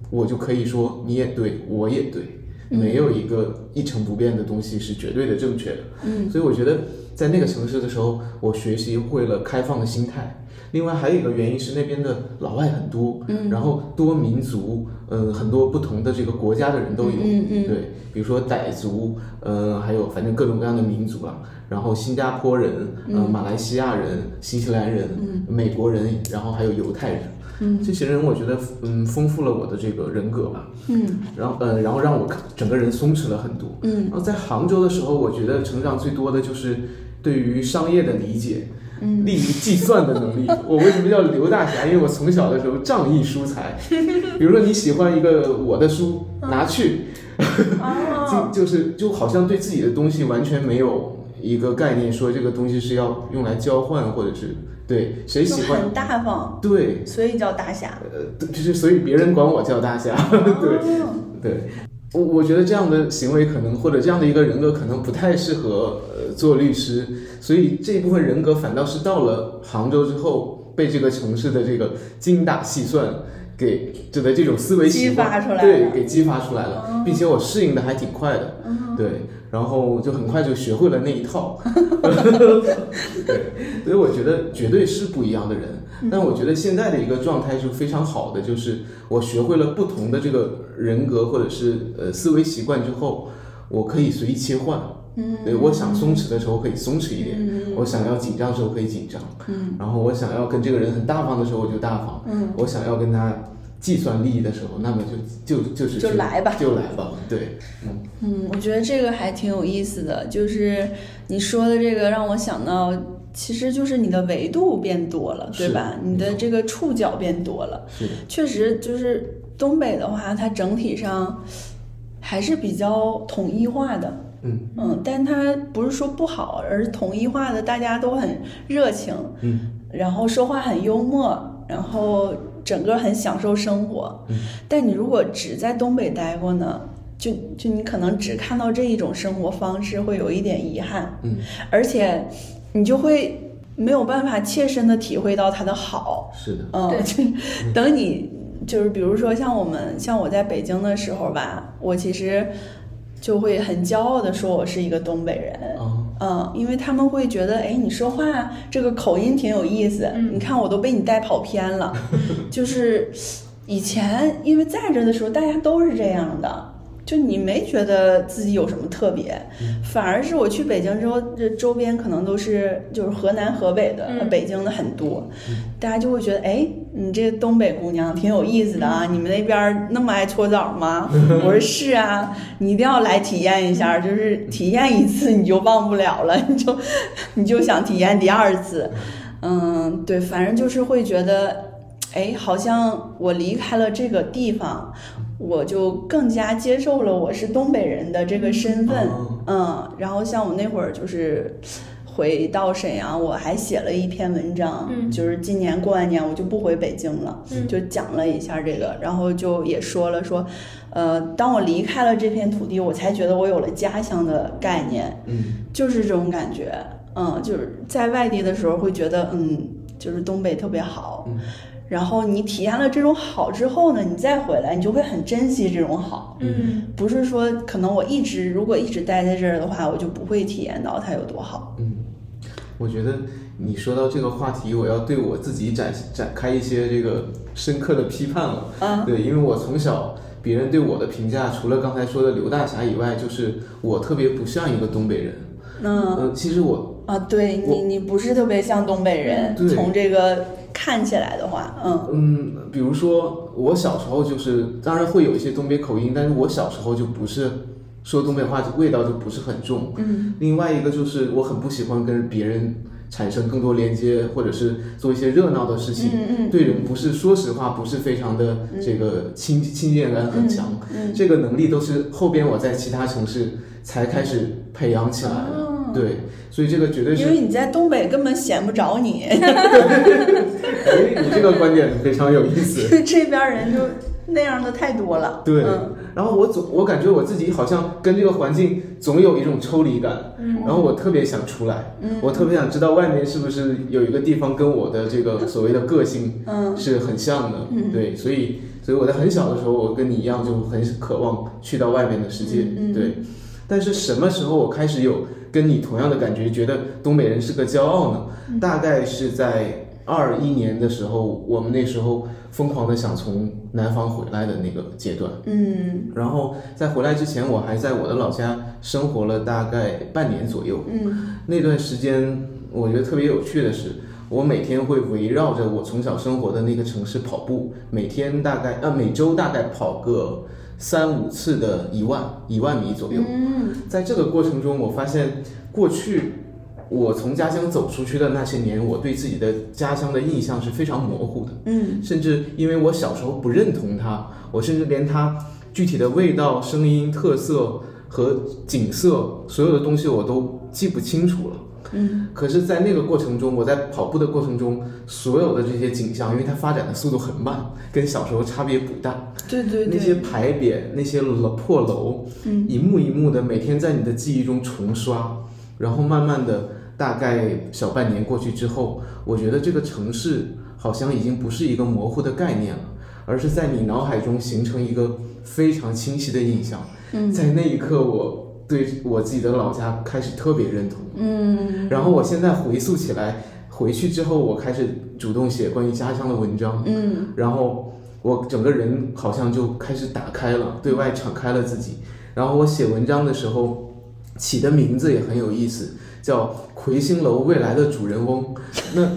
我就可以说你也对，我也对，没有一个一成不变的东西是绝对的正确的。嗯，所以我觉得在那个城市的时候，我学习会了开放的心态。另外还有一个原因是那边的老外很多，嗯，然后多民族，呃，很多不同的这个国家的人都有，嗯嗯对，比如说傣族，呃，还有反正各种各样的民族啊，然后新加坡人，呃，马来西亚人、新西兰人、美国人，然后还有犹太人，嗯，这些人我觉得，嗯，丰富了我的这个人格吧，嗯然后呃，然后让我整个人松弛了很多。嗯，然后在杭州的时候，我觉得成长最多的就是对于商业的理解，嗯，利于计算的能力。我为什么叫刘大侠？因为我从小的时候仗义疏财，比如说你喜欢一个我的书，拿去，哦，嗯就就是就好像对自己的东西完全没有一个概念，说这个东西是要用来交换，或者是对谁就喜欢很大方，对。所以叫 大侠。呃，就是所以别人管我叫大侠， 对哦对，我我觉得这样的行为可能或者这样的一个人格可能不太适合呃做律师，所以这一部分人格反倒是到了杭州之后被这个城市的这个精打细算给就的这种思维习惯激发出来了哦嗯对，给激发出来了，并且我适应的还挺快的，对，然后就很快就学会了那一 套，所以我觉得绝对是不一样的人。嗯但我觉得现在的一个状态是非常好的，就是我学会了不同的这个人格或者是呃思维习惯之后，我可以随意切换。嗯，对我想松弛的时候可以松弛一点，我想要紧张的时候可以紧张，嗯，然后我想要跟这个人很大方的时候我就大方，嗯，我想要跟他计算利益的时候，那么就就就是就来吧就来吧，对，嗯，嗯，我觉得这个还挺有意思的，就是你说的这个让我想到，其实就是你的维度变多了，对是吧？没你的错这个触角变多了，是的，确实就是东北的话，它整体上还是比较统一化的。嗯嗯，但它不是说不好，而是统一化的，大家都很热情，嗯，然后说话很幽默，然后整个很享受生活。嗯但你如果只在东北待过呢，就就你可能只看到这一种生活方式，会有一点遗憾，嗯，而且你就会没有办法切身的体会到它的好。是的，嗯，对就是等你就是比如说像我们像我在北京的时候吧，我其实就会很骄傲的说我是一个东北人。哦，嗯，因为他们会觉得，哎，你说话这个口音挺有意思，嗯你看我都被你带跑偏了。就是以前因为在这的时候，大家都是这样的，就你没觉得自己有什么特别，反而是我去北京之后，这周边可能都是就是河南、河北的、嗯北京的很多，大家就会觉得，哎，你这东北姑娘挺有意思的啊！你们那边儿那么爱搓澡吗？我说是啊，你一定要来体验一下，就是体验一次你就忘不了了，你就你就想体验第二次。嗯，对，反正就是会觉得，哎，好像我离开了这个地方，我就更加接受了我是东北人的这个身份。哦嗯，然后像我那会儿就是回到沈阳，我还写了一篇文章，嗯就是今年过完年我就不回北京了，嗯就讲了一下这个，然后就也说了说，呃，当我离开了这片土地，我才觉得我有了家乡的概念，嗯就是这种感觉。嗯，就是在外地的时候会觉得，嗯，就是东北特别好。嗯然后你体验了这种好之后呢，你再回来，你就会很珍惜这种好。嗯不是说可能我一直如果一直待在这儿的话，我就不会体验到它有多好。嗯，我觉得你说到这个话题，我要对我自己展展开一些这个深刻的批判了。嗯对，因为我从小别人对我的评价，除了刚才说的刘大侠以外，就是我特别不像一个东北人。嗯嗯，其实我啊，对你我你不是特别像东北人，对从这个看起来的话，嗯嗯，比如说我小时候就是，当然会有一些东北口音，但是我小时候就不是说东北话，味道就不是很重。嗯。另外一个就是我很不喜欢跟别人产生更多连接，或者是做一些热闹的事情。嗯嗯对人不是说实话，不是非常的这个亲、亲近感很强。嗯这个能力都是后边我在其他城市才开始培养起来的。对，所以这个绝对嗯，是哦因为你在东北根本显不着你，哎，你这个观点非常有意 思。这边儿人就那样的太多了。对，嗯然后我总我感觉我自己好像跟这个环境总有一种抽离感，嗯，然后我特别想出来，嗯，我特别想知道外面是不是有一个地方跟我的这个所谓的个性，嗯，是很像的，嗯，对，所以所以我在很小的时候，我跟你一样就很渴望去到外面的世界，嗯嗯对。但是什么时候我开始有跟你同样的感觉，觉得东北人是个骄傲呢？大概是在二一年的时候，我们那时候疯狂的想从南方回来的那个阶段。嗯然后在回来之前，我还在我的老家生活了大概半年左右。嗯那段时间，我觉得特别有趣的是，我每天会围绕着我从小生活的那个城市跑步，每天大概呃每周大概跑个三五次的一万一万米左右。嗯在这个过程中，我发现过去我从家乡走出去的那些年，我对自己的家乡的印象是非常模糊的。嗯甚至因为我小时候不认同它，我甚至连它具体的味道、声音、特色和景色，所有的东西我都记不清楚了。嗯，可是，在那个过程中，我在跑步的过程中，所有的这些景象，因为它发展的速度很慢，跟小时候差别不大。对对那些对，牌匾、那些楼破楼，嗯一幕一幕的，每天在你的记忆中重刷，然后慢慢的，大概小半年过去之后，我觉得这个城市好像已经不是一个模糊的概念了，而是在你脑海中形成一个非常清晰的印象。嗯在那一刻，我对我自己的老家开始特别认同。嗯然后我现在回溯起来，回去之后，我开始主动写关于家乡的文章。嗯然后我整个人好像就开始打开了，对外敞开了自己。然后我写文章的时候起的名字也很有意思，叫《魁星楼未来的主人翁》。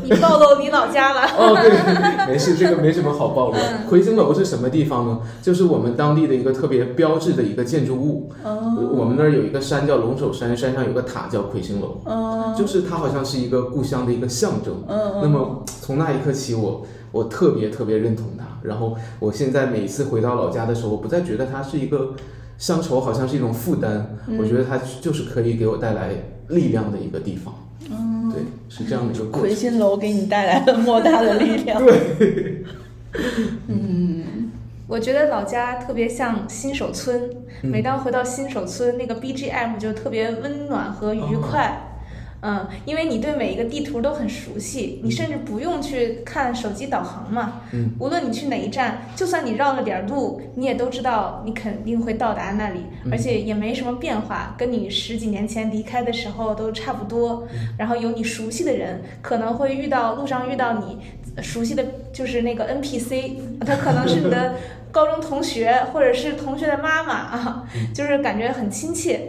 你暴露你老家了。哦，对，没事，这个没什么好暴露的。魁星楼是什么地方呢？就是我们当地的一个特别标志的一个建筑物。哦我们那儿有一个山叫龙首山，山上有个塔叫魁星楼，哦就是它好像是一个故乡的一个象征。嗯那么从那一刻起我，我特别特别认同他。然后我现在每次回到老家的时候，我不再觉得它是一个乡愁，好像是一种负担。嗯我觉得它就是可以给我带来力量的一个地方。嗯，对，是这样的一个过魁程。星楼给你带来了莫大的力 量。我觉得老家特别像新手村，每当回到新手村，那个 BGM 就特别温暖和愉快。嗯，因为你对每一个地图都很熟悉，你甚至不用去看手机导航嘛。嗯，无论你去哪一站，就算你绕了点儿路，你也都知道你肯定会到达那里，而且也没什么变化，跟你十几年前离开的时候都差不多。然后有你熟悉的人，可能会遇到路上遇到你熟悉的，就是那个 NPC，他可能是你的高中同学或者是同学的妈妈啊，就是感觉很亲切。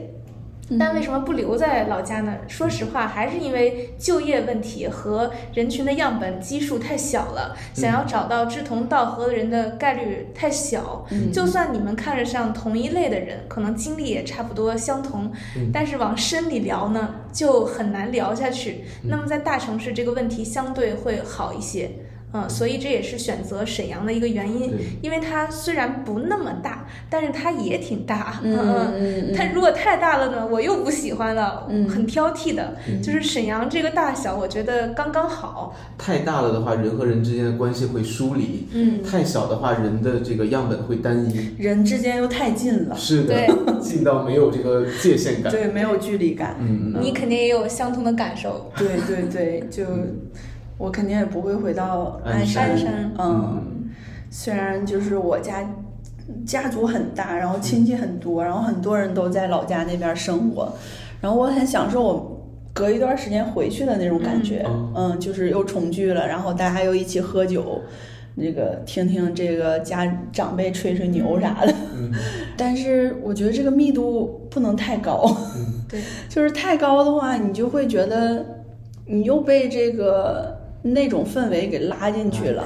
但为什么不留在老家呢？说实话，还是因为就业问题和人群的样本基数太小了，想要找到志同道合的人的概率太小。就算你们看着像同一类的人，可能经历也差不多相同，但是往深里聊呢，就很难聊下去。那么在大城市，这个问题相对会好一些。嗯，所以这也是选择沈阳的一个原因。对，因为它虽然不那么大，但是它也挺大。嗯嗯，嗯它如果太大了呢，我又不喜欢了，嗯很挑剔的。就是沈阳这个大小，我觉得刚刚好。太大了的话，人和人之间的关系会疏离；嗯，太小的话，人的这个样本会单一。嗯，人之间又太近了，是的，近到没有这个界限感。对，没有距离感。嗯，你肯定也有相同的感受。对对对，就我肯定也不会回到鞍鞍山。山嗯，虽然就是我家家族很大，然后亲戚很多，然后很多人都在老家那边生活，然后我很享受我。隔一段时间回去的那种感觉，嗯嗯就是又重聚了，然后大家又一起喝酒，那个听听这个家长辈吹吹牛啥的。 但是我觉得这个密度不能太高， 对，就是太高的话，你就会觉得你又被这个那种氛围给拉进去了。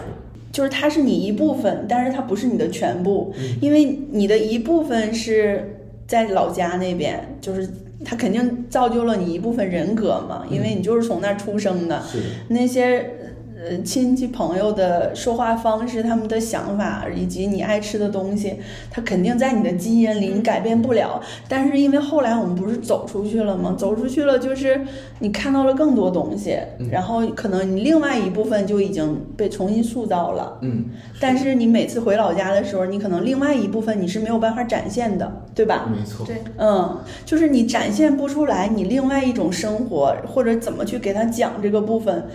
就是它是你一部分，但是它不是你的全部，因为你的一部分是在老家那边，就是它肯定造就了你一部分人格嘛，因为你就是从那儿出生的，是的，那些呃亲戚朋友的说话方式、他们的想法以及你爱吃的东西，它肯定在你的基因里，你改变不了。但是因为后来我们不是走出去了吗？走出去了就是你看到了更多东西，然后可能你另外一部分就已经被重新塑造了。嗯，但是你每次回老家的时候，你可能另外一部分你是没有办法展现的，对吧？没错，对，嗯，就是你展现不出来你另外一种生活，或者怎么去给他讲这个部分，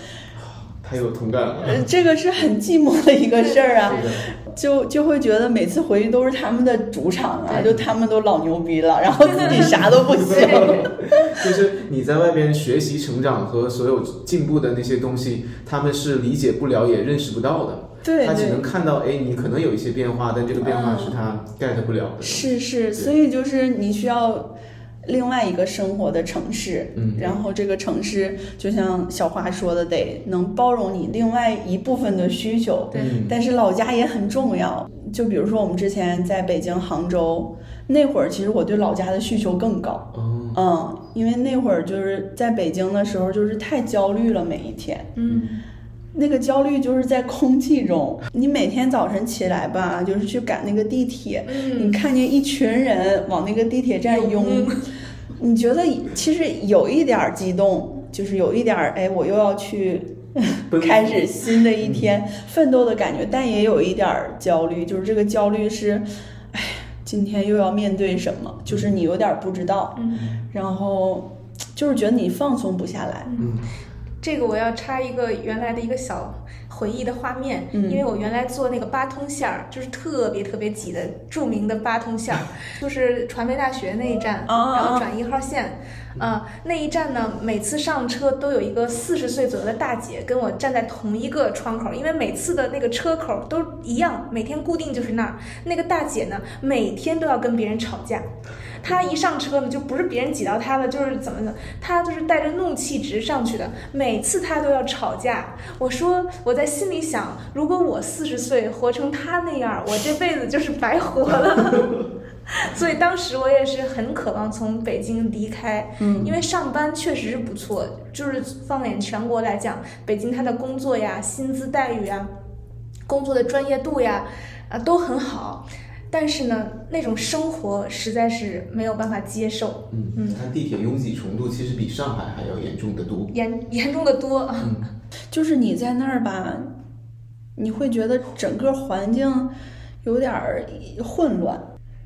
太有同感了。呃这个是很寂寞的一个事儿啊，对的，就就会觉得每次回去都是他们的主场啊，就他们都老牛逼了，然后自己啥都不行。就是你在外边学习、成长和所有进步的那些东西，他们是理解不了、也认识不到的。对他只对能，看到，哎，你可能有一些变化，但这个变化是他 get 不了的。是是，所以就是你需要另外一个生活的城市，嗯，然后这个城市就像小花说的，得能包容你另外一部分的需求，对嗯但是老家也很重要。就比如说我们之前在北京、杭州那会儿，其实我对老家的需求更高。哦，嗯，因为那会儿就是在北京的时候，就是太焦虑了，每一天。嗯，那个焦虑就是在空气中，你每天早晨起来吧，就是去赶那个地铁，嗯你看见一群人往那个地铁站拥，你觉得其实有一点儿激动，就是有一点儿哎，我又要去奔赴开始新的一天奋斗的感觉，但也有一点儿焦虑，就是这个焦虑是，哎，今天又要面对什么，就是你有点儿不知道，嗯然后就是觉得你放松不下来，嗯这个我要插一个原来的一个小回忆的画面，嗯因为我原来做那个八通线儿，就是特别特别挤的著名的八通线儿，就是传媒大学那一站，哦然后转一号线。啊、那一站呢，每次上车都有一个四十岁左右的大姐跟我站在同一个窗口，因为每次的那个车口都一样，每天固定就是那儿。那个大姐呢，每天都要跟别人吵架，她一上车呢，就不是别人挤到她了，就是怎么怎么，她就是带着怒气值上去的，每次她都要吵架。我说我在心里想，如果我四十岁活成她那样，我这辈子就是白活了。所以当时我也是很渴望从北京离开，嗯因为上班确实是不错，就是放眼全国来讲，北京它的工作呀、薪资待遇呀、工作的专业度呀，啊、都很好。但是呢，那种生活实在是没有办法接受，嗯，它地铁拥挤程度其实比上海还要严重的多。嗯严严重的多。嗯就是你在那儿吧，你会觉得整个环境有点儿混乱，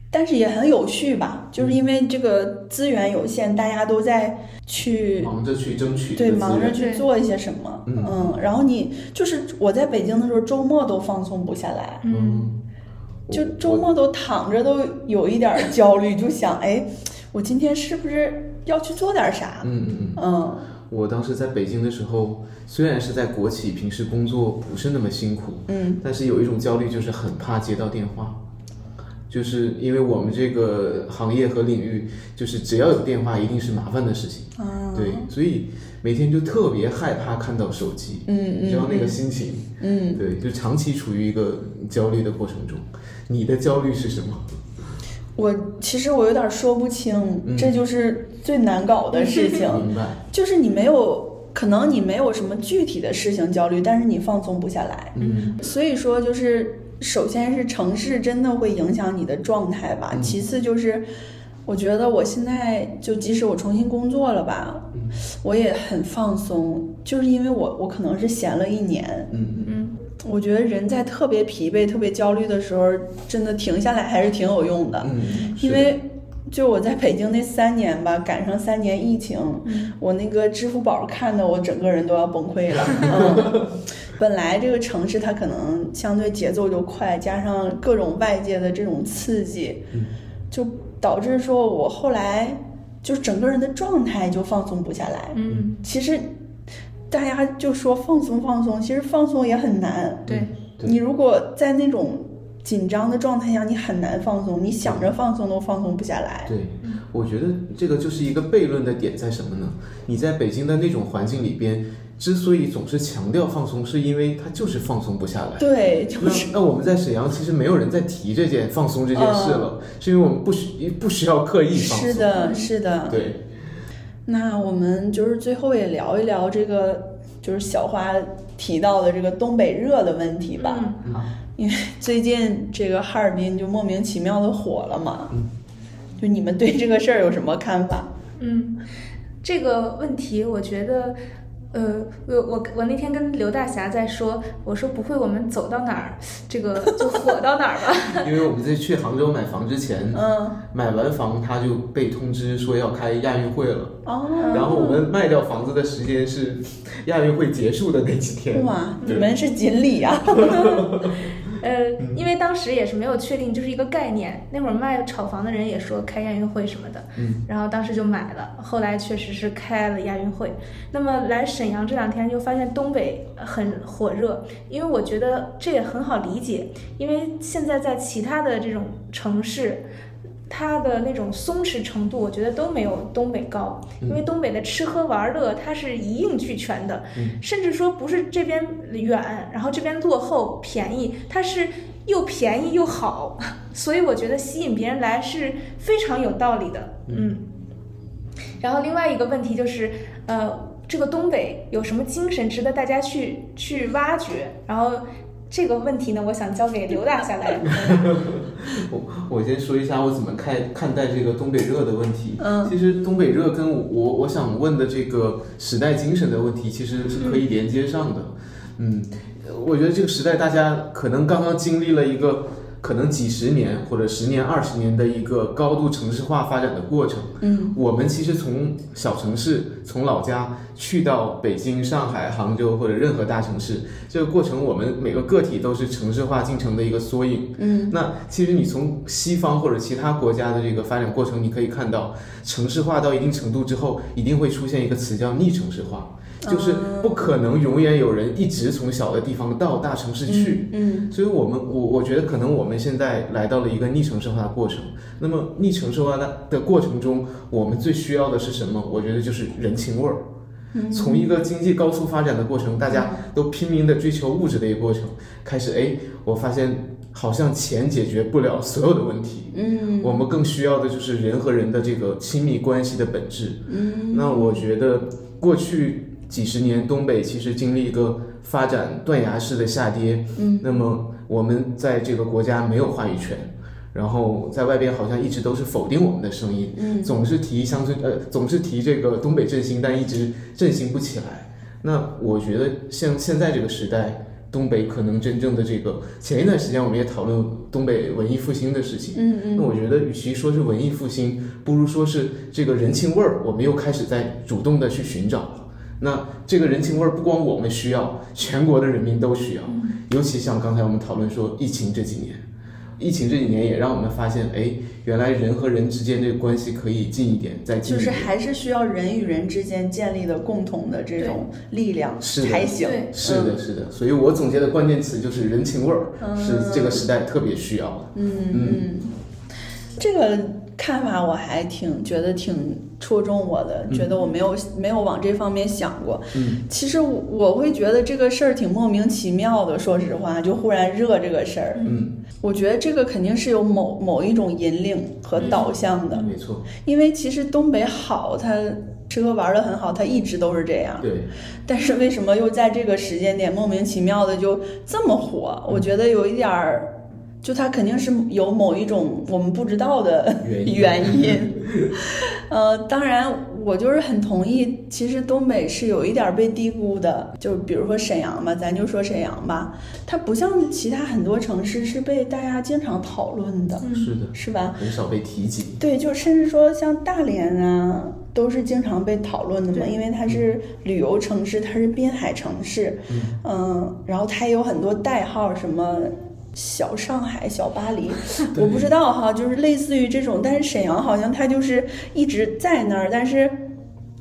但是也很有序吧，就是因为这个资源有限，大家都在去忙着去争取对，这个资忙着源去对做一些什么，嗯嗯，然后你就是我在北京的时候，周末都放松不下来，嗯，我就周末都躺着都有一点儿焦虑，就想，哎，我今天是不是要去做点啥？嗯嗯嗯，嗯我当时在北京的时候，虽然是在国企，平时工作不是那么辛苦，嗯但是有一种焦虑，就是很怕接到电话，就是因为我们这个行业和领域，就是只要有电话，一定是麻烦的事情。啊，对，所以每天就特别害怕看到手机，嗯你知道那个心情，嗯。对，就长期处于一个焦虑的过程中。你的焦虑是什么？我其实我有点说不清，嗯这就是最难搞的事情， 明白？就是你没有，可能你没有什么具体的事情焦虑，但是你放松不下来。嗯所以说，就是首先是城市真的会影响你的状态吧，嗯其次就是。我觉得我现在就即使我重新工作了吧，嗯我也很放松，就是因为我我可能是闲了一年，嗯嗯，我觉得人在特别疲惫、特别焦虑的时候，真的停下来还是挺有用的。嗯，是因的为就我在北京那三年吧，赶上三年疫情，嗯我那个支付宝看的我整个人都要崩溃 了。嗯，本来这个城市它可能相对节奏就快，加上各种外界的这种刺激，嗯就导致说我后来就整个人的状态就放松不下来。嗯，其实大家就说放松放松，其实放松也很难。嗯对，对你如果在那种紧张的状态下，你很难放松，你想着放松都放松不下来。对，我觉得这个就是一个悖论的点在什么呢？你在北京的那种环境里边，之所以总是强调放松，是因为它就是放松不下来。对，就那是那我们在沈阳其实没有人在提这件放松这件事了，是因为我们不需不需要刻意放松。哦是，的，是的。对，那我们就是最后也聊一聊这个，就是小花提到的这个东北热的问题吧。嗯最近这个哈尔滨就莫名其妙的火了嘛。嗯就你们对这个事儿有什么看法？嗯，这个问题我觉得呃，我我我那天跟刘大侠在说，我说不会我们走到哪儿，这个就火到哪儿吧？因为我们在去杭州买房之前，嗯，买完房他就被通知说要开亚运会了，哦，然后我们卖掉房子的时间是亚运会结束的那几天。哇，你对们是锦鲤啊呀、呃，因为当时也是没有确定，就是一个概念。那会儿卖炒房的人也说开亚运会什么的，嗯，然后当时就买了。后来确实是开了亚运会。那么来沈阳这两天就发现东北很火热，因为我觉得这也很好理解，因为现在在其他的这种城市。它的那种松弛程度，我觉得都没有东北高，因为东北的吃喝玩乐它是一应俱全的，甚至说不是这边远，然后这边落后便宜，它是又便宜又好， 所以我觉得吸引别人来是非常有道理的，嗯。然后另外一个问题就是，呃，这个东北有什么精神值得大家去去挖掘？然后这个问题呢，我想交给刘大侠来。我嗯我先说一下我怎么看看待这个东北热的问题。嗯其实东北热跟我我我想问的这个时代精神的问题，其实是可以连接上的。嗯，呃我觉得这个时代大家可能刚刚经历了一个可能几十年或者十年、二十年的一个高度城市化发展的过程。嗯，我们其实从小城市、从老家去到北京、上海、杭州或者任何大城市，这个过程我们每个个体都是城市化进程的一个缩影。嗯那其实你从西方或者其他国家的这个发展过程，你可以看到，城市化到一定程度之后，一定会出现一个词叫逆城市化，就是哦不可能永远有人一直从小的地方到大城市去。嗯，所以我们我我觉得可能我们现在来到了一个逆城市化的过程。那么逆城市化的的过程中，我们最需要的是什么？我觉得就是人情味儿。嗯从一个经济高速发展的过程，大家都拼命的追求物质的一个过程，开始哎，我发现好像钱解决不了所有的问题，嗯我们更需要的就是人和人的这个亲密关系的本质。嗯那我觉得过去几十年，东北其实经历一个发展断崖式的下跌。嗯，那么我们在这个国家没有话语权，然后在外边好像一直都是否定我们的声音，嗯总是提乡村，呃，总是提这个东北振兴，但一直振兴不起来。那我觉得像现在这个时代。东北可能真正的这个，前一段时间我们也讨论东北文艺复兴的事情，嗯嗯那我觉得，与其说是文艺复兴，不如说是这个人情味儿，我们又开始在主动的去寻找了。那这个人情味儿不光我们需要，全国的人民都需要。嗯尤其像刚才我们讨论说，疫情这几年，疫情这几年也让我们发现，哎，原来人和人之间这个关系可以近一点，再近就一是点。还是需要人与人之间建立的共同的这种力量是的才行。对是的，是的。所以我总结的关键词就是人情味儿，嗯是这个时代特别需要的。嗯嗯嗯，这个看法我还挺觉得挺戳中我的，觉得我没有没有往这方面想过。嗯，其实我我会觉得这个事儿挺莫名其妙的，说实话，就忽然热这个事儿，嗯，我觉得这个肯定是有某某一种引领和导向的，没错，因为其实东北好，它吃喝玩的很好，它一直都是这样。对， 但是为什么又在这个时间点莫名其妙的就这么火？我觉得有一点儿，就它肯定是有某一种我们不知道的原原因 因。呃，当然，我就是很同意，其实东北是有一点儿被低估的，就比如说沈阳吧，咱就说沈阳吧，它不像其他很多城市是被大家经常讨论的，嗯是的，是吧？很少被提及。对，就甚至说像大连啊，都是经常被讨论的嘛，对因为它是旅游城市，它是滨海城市，嗯然后它也有很多代号，什么小上海、小巴黎，我不知道哈，就是类似于这种，但是沈阳好像它就是一直在那儿，但是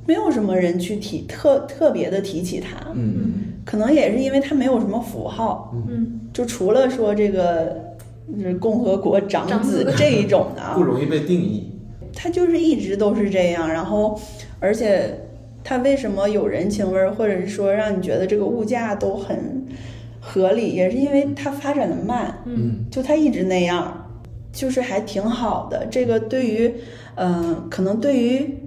没有什么人去提特特别的提起它，嗯，可能也是因为它没有什么符号，嗯，就除了说这个。就是共和国长长子子这一种 的啊，不容易被定义。他就是一直都是这样，然后而且他为什么有人情味儿，或者是说让你觉得这个物价都很合理，也是因为它发展的慢，嗯，就它一直那样，就是还挺好的。这个对于，呃，可能对于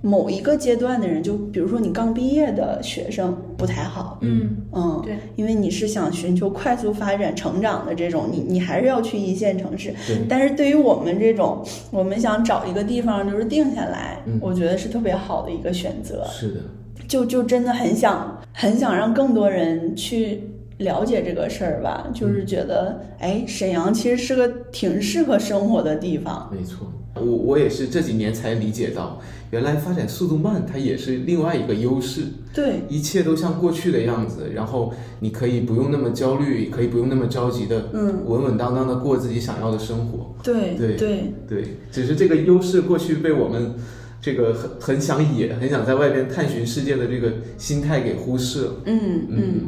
某一个阶段的人，就比如说你刚毕业的学生不太好，嗯，嗯，对，因为你是想寻求快速发展、成长的这种，你你还是要去一线城市。对但是对于我们这种，我们想找一个地方就是定下来，嗯我觉得是特别好的一个选择。是的，就就真的很想很想让更多人去了解这个事儿吧，嗯就是觉得哎，沈阳其实是个挺适合生活的地方。没错，我我也是这几年才理解到，原来发展速度慢，它也是另外一个优势。对，一切都像过去的样子，然后你可以不用那么焦虑，可以不用那么着急的，嗯，稳稳当当的过自己想要的生活。对对对对，只是这个优势过去被我们这个很很想野、很想在外边探寻世界的这个心态给忽视了。嗯嗯，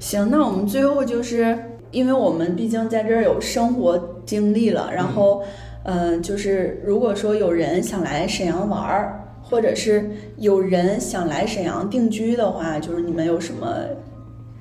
行，那我们最后就是因为我们毕竟在这儿有生活经历了，然后，嗯、就是如果说有人想来沈阳玩儿，或者是有人想来沈阳定居的话，就是你们有什么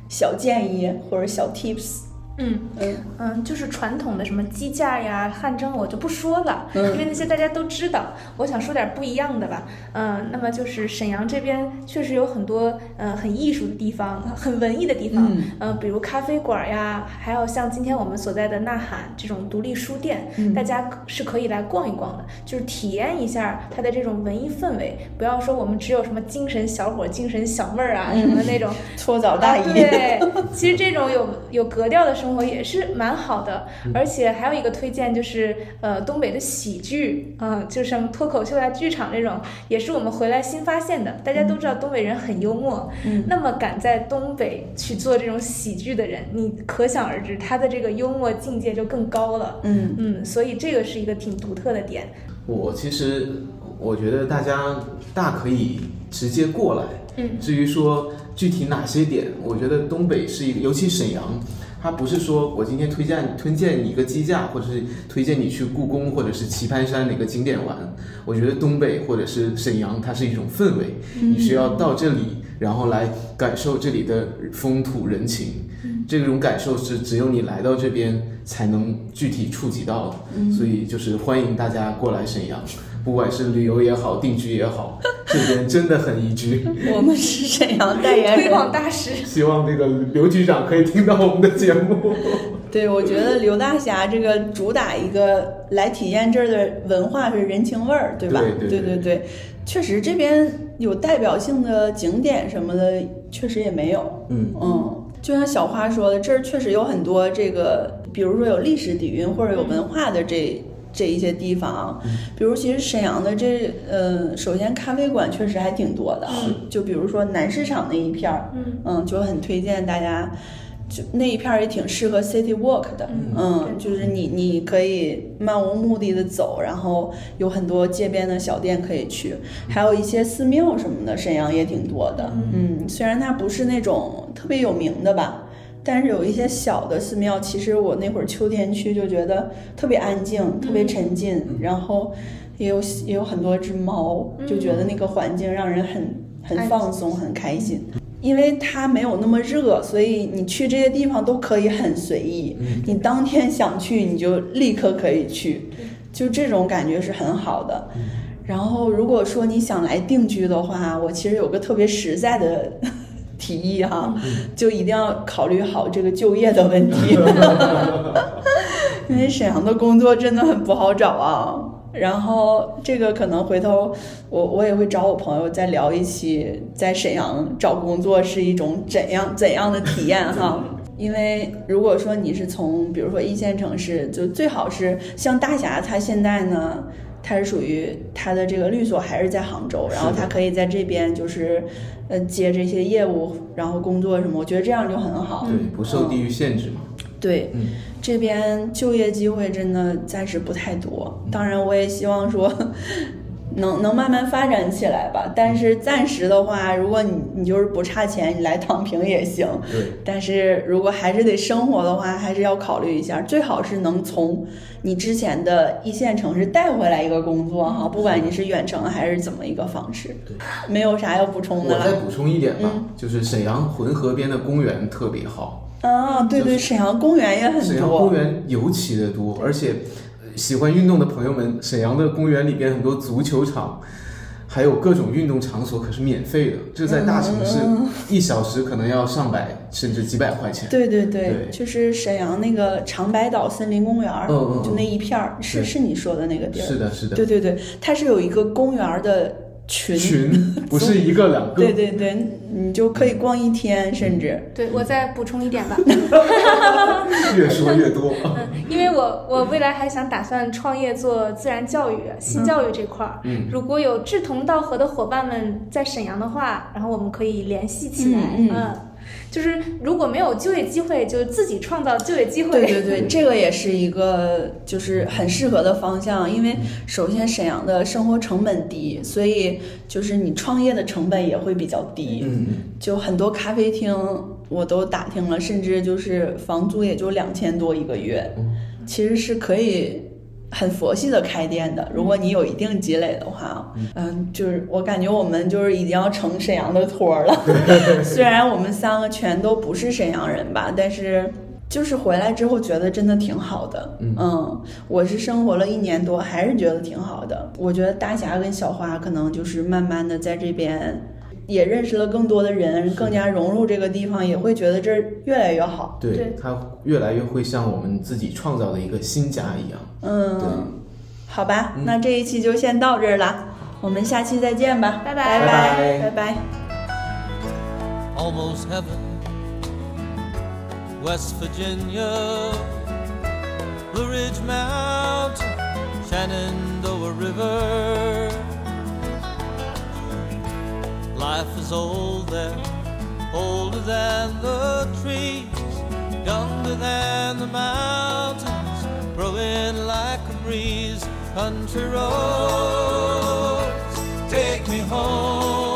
小建议或者小 tips？嗯嗯嗯，就是传统的什么鸡架呀、汗蒸，我就不说了，嗯因为那些大家都知道。我想说点不一样的吧。嗯，那么就是沈阳这边确实有很多嗯很艺术的地方，很文艺的地方。嗯嗯，比如咖啡馆呀，还有像今天我们所在的呐喊这种独立书店，嗯大家是可以来逛一逛的，就是体验一下它的这种文艺氛围。不要说我们只有什么精神小伙、精神小妹儿啊、嗯什么那种，搓澡大啊姨，对，其实这种有有格调的生活也是蛮好的，嗯而且还有一个推荐就是呃东北的喜剧，嗯、就像脱口秀啊、剧场这种，也是我们回来新发现的。大家都知道东北人很幽默，嗯那么敢在东北去做这种喜剧的人，你可想而知他的这个幽默境界就更高了。嗯嗯，所以这个是一个挺独特的点。我其实我觉得大家大可以直接过来。嗯至于说具体哪些点，我觉得东北是一个，尤其沈阳，它不是说我今天推荐推荐你一个鸡架，或者是推荐你去故宫或者是棋盘山哪个景点玩。我觉得东北或者是沈阳，它是一种氛围，你需要到这里，然后来感受这里的风土人情。这种感受是只有你来到这边才能具体触及到的，所以就是欢迎大家过来沈阳，不管是旅游也好，定居也好， 这边真的很宜居。 我们是沈阳代言推广人。大使。希望这个刘局长可以听到我们的节目。对，我觉得刘大侠这个主打一个来体验这儿的文化是人情味儿，对吧？对对对对对确实这边有代表性的景点什么的，确实也没有。嗯，嗯，就像小花说的，这儿确实有很多这个，比如说有历史底蕴或者有文化的这。这一些地方啊，嗯比如其实沈阳的这呃，首先咖啡馆确实还挺多的啊，就比如说南市场那一片儿，嗯嗯，就很推荐大家，就那一片儿也挺适合 city walk 的，嗯嗯，就是你你可以漫无目的的走，然后有很多街边的小店可以去，还有一些寺庙什么的，沈阳也挺多的，嗯，虽然它不是那种特别有名的吧。但是有一些小的寺庙，其实我那会儿秋天去就觉得特别安静，特别沉浸，然后也有也有很多只猫，就觉得那个环境让人很很安静放松，很开心。因为它没有那么热，所以你去这些地方都可以很随意。你当天想去，你就立刻可以去，就这种感觉是很好的。然后，如果说你想来定居的话，我其实有个特别实在的 提议哈，就一定要考虑好这个就业的问 题，因为沈阳的工作真的很不好找啊。然后这个可能回头我我也会找我朋友再聊一期，在沈阳找工作是一种怎样怎样的体验 哈。因为如果说你是从比如说一线城市，就最好是像大侠他现在呢，他是属于他的这个律所还是在杭州，是的然后他可以在这边就是呃接这些业务，然后工作什么，我觉得这样就很好。对，不受地域限制嘛。对，嗯这边就业机会真的暂时不太多。嗯当然，我也希望说能能慢慢发展起来吧。但是暂时的话，如果你你就是不差钱，你来躺平也行。对，但是如果还是得生活的话，还是要考虑一下，最好是能从你之前的一线城市带回来一个工作哈，不管你是远程还是怎么一个方式嗯对。没有啥要补充的我再了。补充一点吧，就是沈阳浑河边的公园特别好，啊，对对，就是沈阳公园也很沈阳公多。园尤其的多，而且呃喜欢运动的朋友们，沈阳的公园里边很多足球场。还有各种运动场所可是免费的，这在大城市一小时可能要上百甚至几百块钱。对对对，对就是沈阳那个长白岛森林公园儿，嗯嗯嗯就那一片儿，是对是你说的那个地儿。是的，是的，对对对，它是有一个公园儿的群，群不是一个两个，对对对，你就可以逛一天，甚至对我再补充一点吧，越说越多。因为我我未来还想打算创业做自然教育、新教育这块儿。嗯，如果有志同道合的伙伴们在沈阳的话，然后我们可以联系起来。嗯嗯嗯就是如果没有就业机会，就自己创造就业嗯机会。对对对，这个也是一个就是很适合的方向，因为嗯首先沈阳的生活成本低，所以就是你创业的成本也会比较低。嗯，就很多咖啡厅我都打听了，甚至就是房租也就两千多一个月嗯，其实是可以很佛系的开店的。如果你有一定积累的话，嗯，就是我感觉我们就是已经要成沈阳的托儿了。虽然我们三个全都不是沈阳人吧，但是。就是回来之后觉得真的挺好的，嗯我是生活了一年多，还是觉得挺好的。我觉得大侠跟小花可能就是慢慢的在这边也认识了更多的人，更加融入这个地方，也会觉得这儿越来越好。对对，它越来越会像我们自己创造的一个新家一样。对嗯，好吧，那这一期就先到这儿了，我们下期再见吧，拜拜拜拜拜拜拜拜 almost heaven. West Virginia, Blue Ridge Mountain, Shenandoah River. Life is old there, older than the trees, younger than the mountains, growing like a breeze. Country roads, take me home.